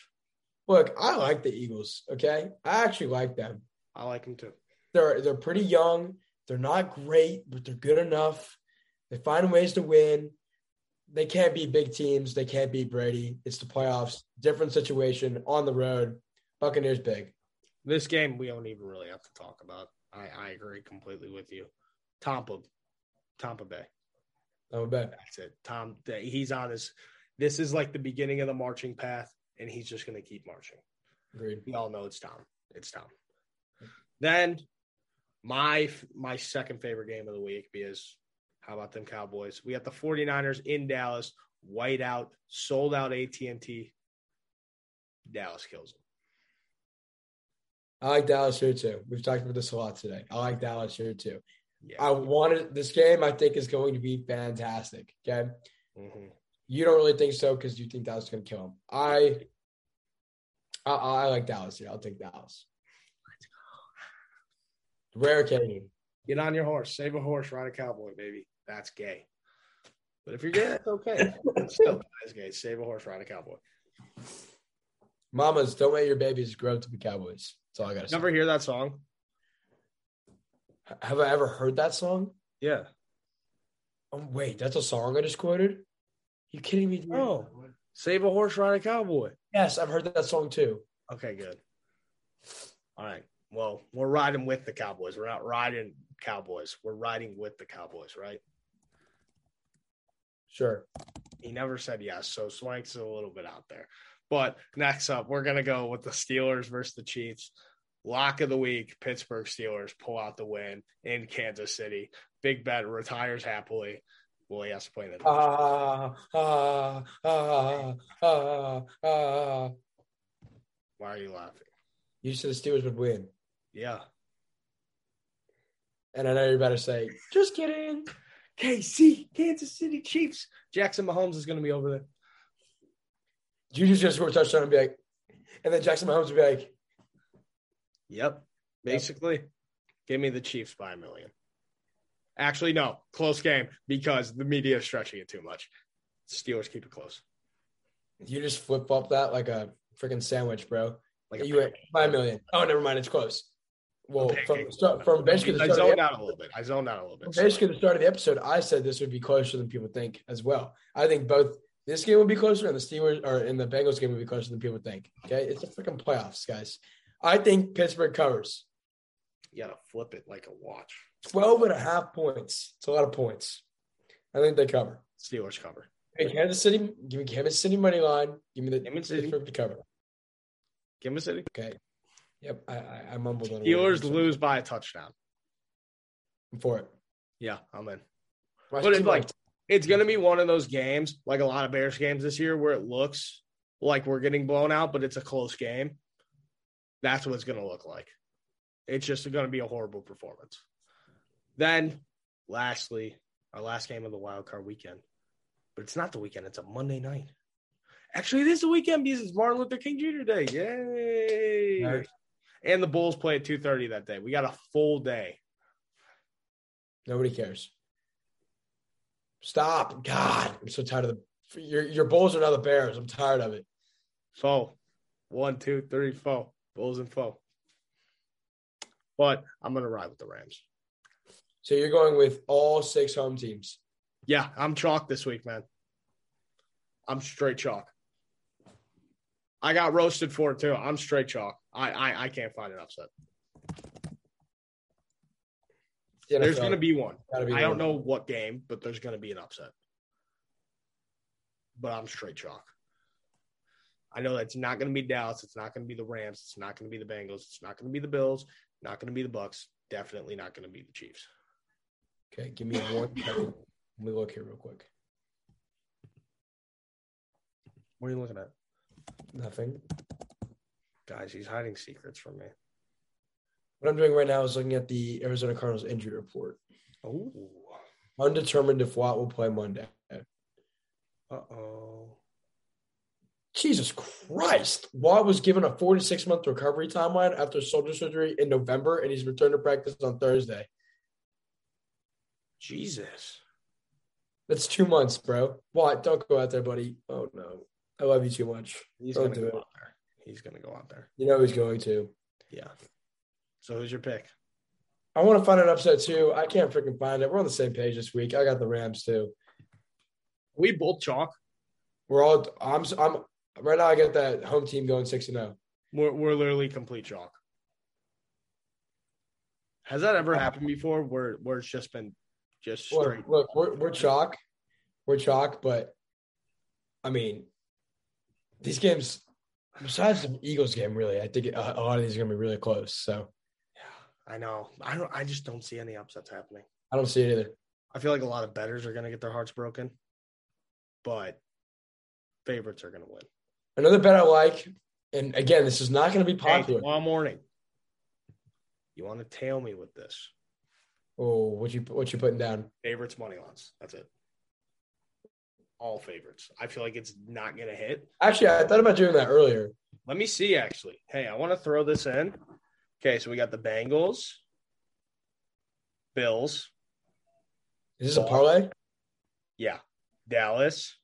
[SPEAKER 2] Look, I like the Eagles. Okay. I actually like them.
[SPEAKER 1] I like them too.
[SPEAKER 2] they're they're pretty young. They're not great, but they're good enough. They find ways to win. They can't beat big teams. They can't beat Brady. It's the playoffs. Different situation on the road. Buccaneers big.
[SPEAKER 1] This game we don't even really have to talk about. I, I agree completely with you. Tampa, Tampa Bay.
[SPEAKER 2] I'm a bet.
[SPEAKER 1] That's it. Tom, th- he's on his. This is like the beginning of the marching path, and he's just going to keep marching.
[SPEAKER 2] Agreed.
[SPEAKER 1] We all know it's Tom. It's Tom. Then my my second favorite game of the week is how about them Cowboys? We got the 49ers in Dallas, white out, sold out AT&T. Dallas kills them.
[SPEAKER 2] I like Dallas here too. We've talked about this a lot today. I like Dallas here too.
[SPEAKER 1] Yeah.
[SPEAKER 2] I wanted this game. I think is going to be fantastic. Okay.
[SPEAKER 1] Mhm.
[SPEAKER 2] You don't really think so because you think Dallas is going to kill him. I, I, I like Dallas here. I'll take Dallas. Rare occasion.
[SPEAKER 1] Get on your horse, save a horse, ride a cowboy, baby. That's gay. But if you're gay, that's okay. It's still that's gay. Save a horse, ride a cowboy.
[SPEAKER 2] Mamas, don't let your babies grow up to be cowboys. That's all I got to say.
[SPEAKER 1] Never hear that song?
[SPEAKER 2] Have I ever heard that song?
[SPEAKER 1] Yeah.
[SPEAKER 2] Oh, wait, that's a song I just quoted? You kidding me? dude?
[SPEAKER 1] Oh, save a horse, ride a cowboy.
[SPEAKER 2] Yes, I've heard that song too.
[SPEAKER 1] Okay, good. All right. Well, we're riding with the Cowboys. We're not riding Cowboys. We're riding with the Cowboys, right?
[SPEAKER 2] Sure.
[SPEAKER 1] He never said yes, so Swank's a little bit out there. But next up, we're gonna go with the Steelers versus the Chiefs. Lock of the week: Pittsburgh Steelers pull out the win in Kansas City. Big Ben retires happily. Well, he has to play in the.
[SPEAKER 2] Ah, ah, ah, ah, ah.
[SPEAKER 1] Why are you laughing?
[SPEAKER 2] You said the Steelers would win.
[SPEAKER 1] Yeah,
[SPEAKER 2] And I know you're about to say, just kidding.
[SPEAKER 1] KC, Kansas City Chiefs. Jackson Mahomes is gonna be over there.
[SPEAKER 2] Juju's going to score a touchdown and be like, and then Jackson Mahomes would be like,
[SPEAKER 1] Yep. Basically, give me the Chiefs by a million. Actually, no, close game because the media is stretching it too much. Steelers keep it close.
[SPEAKER 2] you just flip flop that like a freaking sandwich, bro.
[SPEAKER 1] Like a
[SPEAKER 2] you went
[SPEAKER 1] pancake.
[SPEAKER 2] by a million. Oh, never mind, it's close.
[SPEAKER 1] A
[SPEAKER 2] Well, Oh, from
[SPEAKER 1] pancake.
[SPEAKER 2] the start, from basically the
[SPEAKER 1] I
[SPEAKER 2] start of the
[SPEAKER 1] zoned out a little bit. I zoned out a little bit.
[SPEAKER 2] Well, Basically, the start of the episode, I said this would be closer than people think as well. I think both this game would be closer and the Steelers or in the Bengals game would be closer than people think. Okay, it's the freaking playoffs, guys. I think Pittsburgh covers
[SPEAKER 1] you gotta flip it like a watch.
[SPEAKER 2] 12 and a half points. It's a lot of points. I think they cover.
[SPEAKER 1] Steelers cover.
[SPEAKER 2] Hey, Kansas City, give me Kansas City money line. Give me the
[SPEAKER 1] Kansas City.
[SPEAKER 2] Pittsburgh to cover.
[SPEAKER 1] Kansas City.
[SPEAKER 2] Okay. Yep, I, I, I mumbled on a
[SPEAKER 1] Steelers
[SPEAKER 2] word.
[SPEAKER 1] lose by a touchdown.
[SPEAKER 2] I'm for it.
[SPEAKER 1] Yeah, I'm in.
[SPEAKER 2] Watch
[SPEAKER 1] But it's
[SPEAKER 2] two
[SPEAKER 1] like
[SPEAKER 2] points.
[SPEAKER 1] it's gonna be one of those games, like a lot of Bears games this year, where it looks like we're getting blown out, but it's a close game. That's what it's gonna look like. It's just gonna be a horrible performance. Then, lastly, our last game of the wild card weekend, but it's not the weekend; it's a Monday night. Actually, it is the weekend because it's Martin Luther King Jr. Day. Yay!
[SPEAKER 2] Nice.
[SPEAKER 1] And the Bulls play at two thirty that day. We got a full day.
[SPEAKER 2] Nobody cares. Stop. God, I'm so tired of the your your bulls are now the bears. I'm tired of it.
[SPEAKER 1] Foe. One, two, three, foe. Bulls and foe. But I'm gonna ride with the Rams.
[SPEAKER 2] So you're going with all six home teams.
[SPEAKER 1] Yeah, I'm chalk this week, man. I'm straight chalk. I got roasted for it too. I'm straight chalk. I I, I can't find an upset.
[SPEAKER 2] The
[SPEAKER 1] There's
[SPEAKER 2] NFL,
[SPEAKER 1] gonna be one.
[SPEAKER 2] gotta be
[SPEAKER 1] I don't
[SPEAKER 2] one.
[SPEAKER 1] know what game, but there's gonna be an upset. But I'm straight chalk. I know that's not gonna be Dallas. It's not gonna be the Rams. It's not gonna be the Bengals. It's not gonna be the Bills. Not gonna be the Bucks. Definitely not gonna be the Chiefs.
[SPEAKER 2] Okay, give me one. Let me look here real quick.
[SPEAKER 1] What are you looking at?
[SPEAKER 2] Nothing.
[SPEAKER 1] Guys, he's hiding secrets from me.
[SPEAKER 2] What I'm doing right now is looking at the Arizona Cardinals injury report.
[SPEAKER 1] Oh.
[SPEAKER 2] Undetermined if Watt will play Monday.
[SPEAKER 1] Uh oh.
[SPEAKER 2] Jesus Christ. Watt was given a four to six month recovery timeline after shoulder surgery in November, and he's returned to practice on Thursday.
[SPEAKER 1] Jesus.
[SPEAKER 2] That's two months, bro. Watt, don't go out there, buddy. Oh no. I love you too much.
[SPEAKER 1] He's
[SPEAKER 2] Don't
[SPEAKER 1] gonna
[SPEAKER 2] do
[SPEAKER 1] go
[SPEAKER 2] it.
[SPEAKER 1] out there. He's gonna go out there.
[SPEAKER 2] You know he's going to.
[SPEAKER 1] Yeah. So who's your pick?
[SPEAKER 2] I want to find an upset too. I can't freaking find it. We're on the same page this week. I got the Rams too.
[SPEAKER 1] We both chalk.
[SPEAKER 2] We're all I'm I'm right now I got that home team going 6 and oh.
[SPEAKER 1] We're
[SPEAKER 2] 0.
[SPEAKER 1] we're literally complete chalk. Has that ever happened before? Where where it's just been just
[SPEAKER 2] Look,
[SPEAKER 1] straight.
[SPEAKER 2] look, we're we're chalk. We're chalk, but I mean these games besides the Eagles game really, I think a a lot of these are going to be really close. So,
[SPEAKER 1] Yeah, I know. I don't. I just don't see any upsets happening.
[SPEAKER 2] I don't see it either.
[SPEAKER 1] I feel like a lot of betters are gonna get their hearts broken, but favorites are gonna win.
[SPEAKER 2] Another bet I like and again, this is not going to be
[SPEAKER 1] Hey,
[SPEAKER 2] popular.
[SPEAKER 1] tomorrow morning. You want to tail me with this?
[SPEAKER 2] Oh, what you what you putting down?
[SPEAKER 1] Favorites money lines. That's it. All favorites. I feel like it's not gonna hit.
[SPEAKER 2] Actually, I thought about doing that earlier.
[SPEAKER 1] Let me see. Actually, hey, I want to throw this in. Okay, so we got the Bengals, Bills.
[SPEAKER 2] Is this a parlay?
[SPEAKER 1] Yeah, Dallas,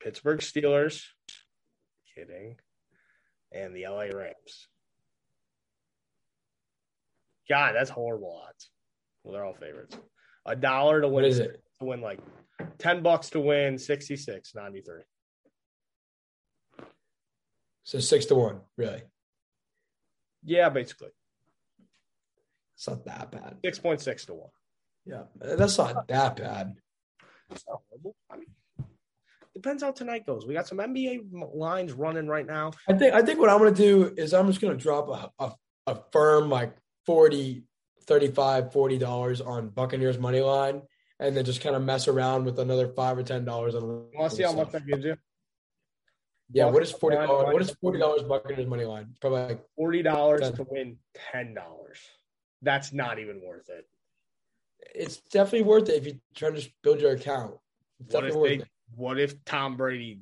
[SPEAKER 1] Pittsburgh Steelers. Kidding, and the LA Rams. God, that's horrible odds. Well, they're all favorites. A dollar to win.
[SPEAKER 2] What is it?
[SPEAKER 1] to win like 10 bucks to win 66 93
[SPEAKER 2] So six to one, really.
[SPEAKER 1] yeah basically
[SPEAKER 2] It's not that bad.
[SPEAKER 1] 6.6 to 1
[SPEAKER 2] Yeah, that's not that bad.
[SPEAKER 1] It's not horrible. i mean depends how tonight goes we got some nba m- lines running right now
[SPEAKER 2] I think I think what I'm gonna do is I'm just gonna drop a, a, a firm like 40, 35, 40 dollars on Buccaneers money line, and then just kind of mess around with another five or ten dollars on.
[SPEAKER 1] you want to see how much that gives you
[SPEAKER 2] Yeah, what is
[SPEAKER 1] Bucs
[SPEAKER 2] forty
[SPEAKER 1] money
[SPEAKER 2] dollars?
[SPEAKER 1] line
[SPEAKER 2] What is forty dollars Buccaneers money line? It's Probably like
[SPEAKER 1] $40 to win $10 that's not even worth it
[SPEAKER 2] it's definitely worth it if you try to just build your account. It's
[SPEAKER 1] what if
[SPEAKER 2] definitely worth
[SPEAKER 1] they
[SPEAKER 2] it.
[SPEAKER 1] what if tom brady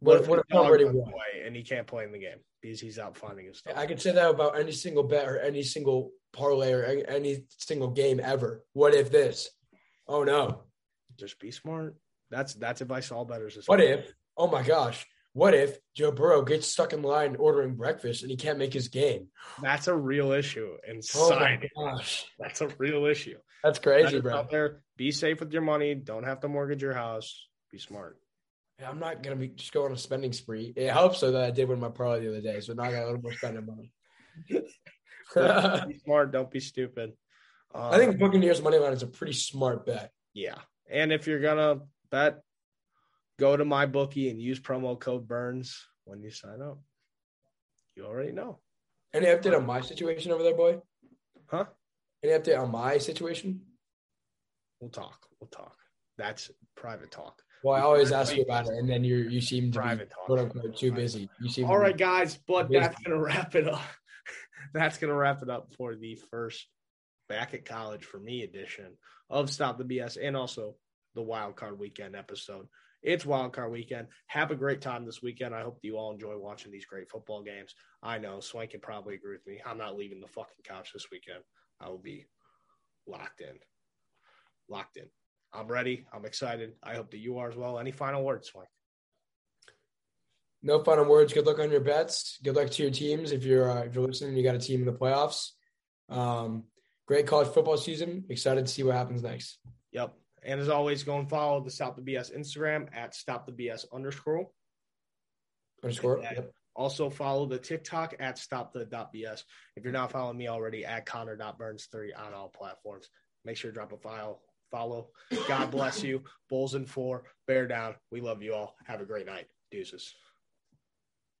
[SPEAKER 2] What, what, if
[SPEAKER 1] the dog
[SPEAKER 2] already
[SPEAKER 1] runs
[SPEAKER 2] won?
[SPEAKER 1] away and he can't play in the game because he's out finding his stuff
[SPEAKER 2] I could say that about any single bet or any single parlay or any, any single game ever. What if this? Oh no.
[SPEAKER 1] just be smart that's that's advice to all betters this
[SPEAKER 2] What
[SPEAKER 1] week.
[SPEAKER 2] if? oh my gosh, what if Joe Burrow gets stuck in line ordering breakfast and he can't make his game?
[SPEAKER 1] That's a real issue. And
[SPEAKER 2] Oh
[SPEAKER 1] sign it.
[SPEAKER 2] my gosh,
[SPEAKER 1] That's a real issue.
[SPEAKER 2] that's crazy,
[SPEAKER 1] That is
[SPEAKER 2] bro.
[SPEAKER 1] out there. Be safe with your money. Don't have to mortgage your house. Be smart.
[SPEAKER 2] Yeah, I'm not gonna be just go on a spending spree. It helps though that I did win my parlay the other day, so now I got a little more spending money. I
[SPEAKER 1] Be smart. Don't be stupid. Um,
[SPEAKER 2] think Buccaneers money line is a pretty smart bet.
[SPEAKER 1] yeah. And if you're gonna bet, go to my bookie and use promo code Burns when you sign up. You already know.
[SPEAKER 2] Any update on my situation over there, boy?
[SPEAKER 1] Huh?
[SPEAKER 2] Any update on my situation?
[SPEAKER 1] We'll talk. We'll talk. That's private talk.
[SPEAKER 2] Well, I always ask you about it, and then you you seem to be
[SPEAKER 1] Private talk.
[SPEAKER 2] quote unquote too busy. You seem
[SPEAKER 1] All
[SPEAKER 2] to be-
[SPEAKER 1] right, guys, but
[SPEAKER 2] Busy.
[SPEAKER 1] that's gonna wrap it up. that's gonna wrap it up for the first back at college for me edition of Stop the BS and also the Wild Card Weekend episode. It's Wild Card Weekend. Have a great time this weekend. I hope that you all enjoy watching these great football games. I know Swank can probably agree with me. I'm not leaving the fucking couch this weekend. I will be locked in, locked in. I'm ready. I'm excited. I hope that you are as well. Any final words, Swank?
[SPEAKER 2] No final words. Good luck on your bets. Good luck to your teams. If you're uh, if you're listening, you got a team in the playoffs. Um, great college football season. Excited to see what happens next.
[SPEAKER 1] Yep. And as always, go and follow the Stop the BS Instagram at Stop the BS underscore.
[SPEAKER 2] Underscore.
[SPEAKER 1] Yeah.
[SPEAKER 2] Yep.
[SPEAKER 1] Also follow the TikTok at Stop the dot BS. If you're not following me already, at Connor dot Burns three on all platforms. Make sure to drop a file. Follow. God bless you. Bulls and four. Bear down. We love you all. Have a great night. Deuces.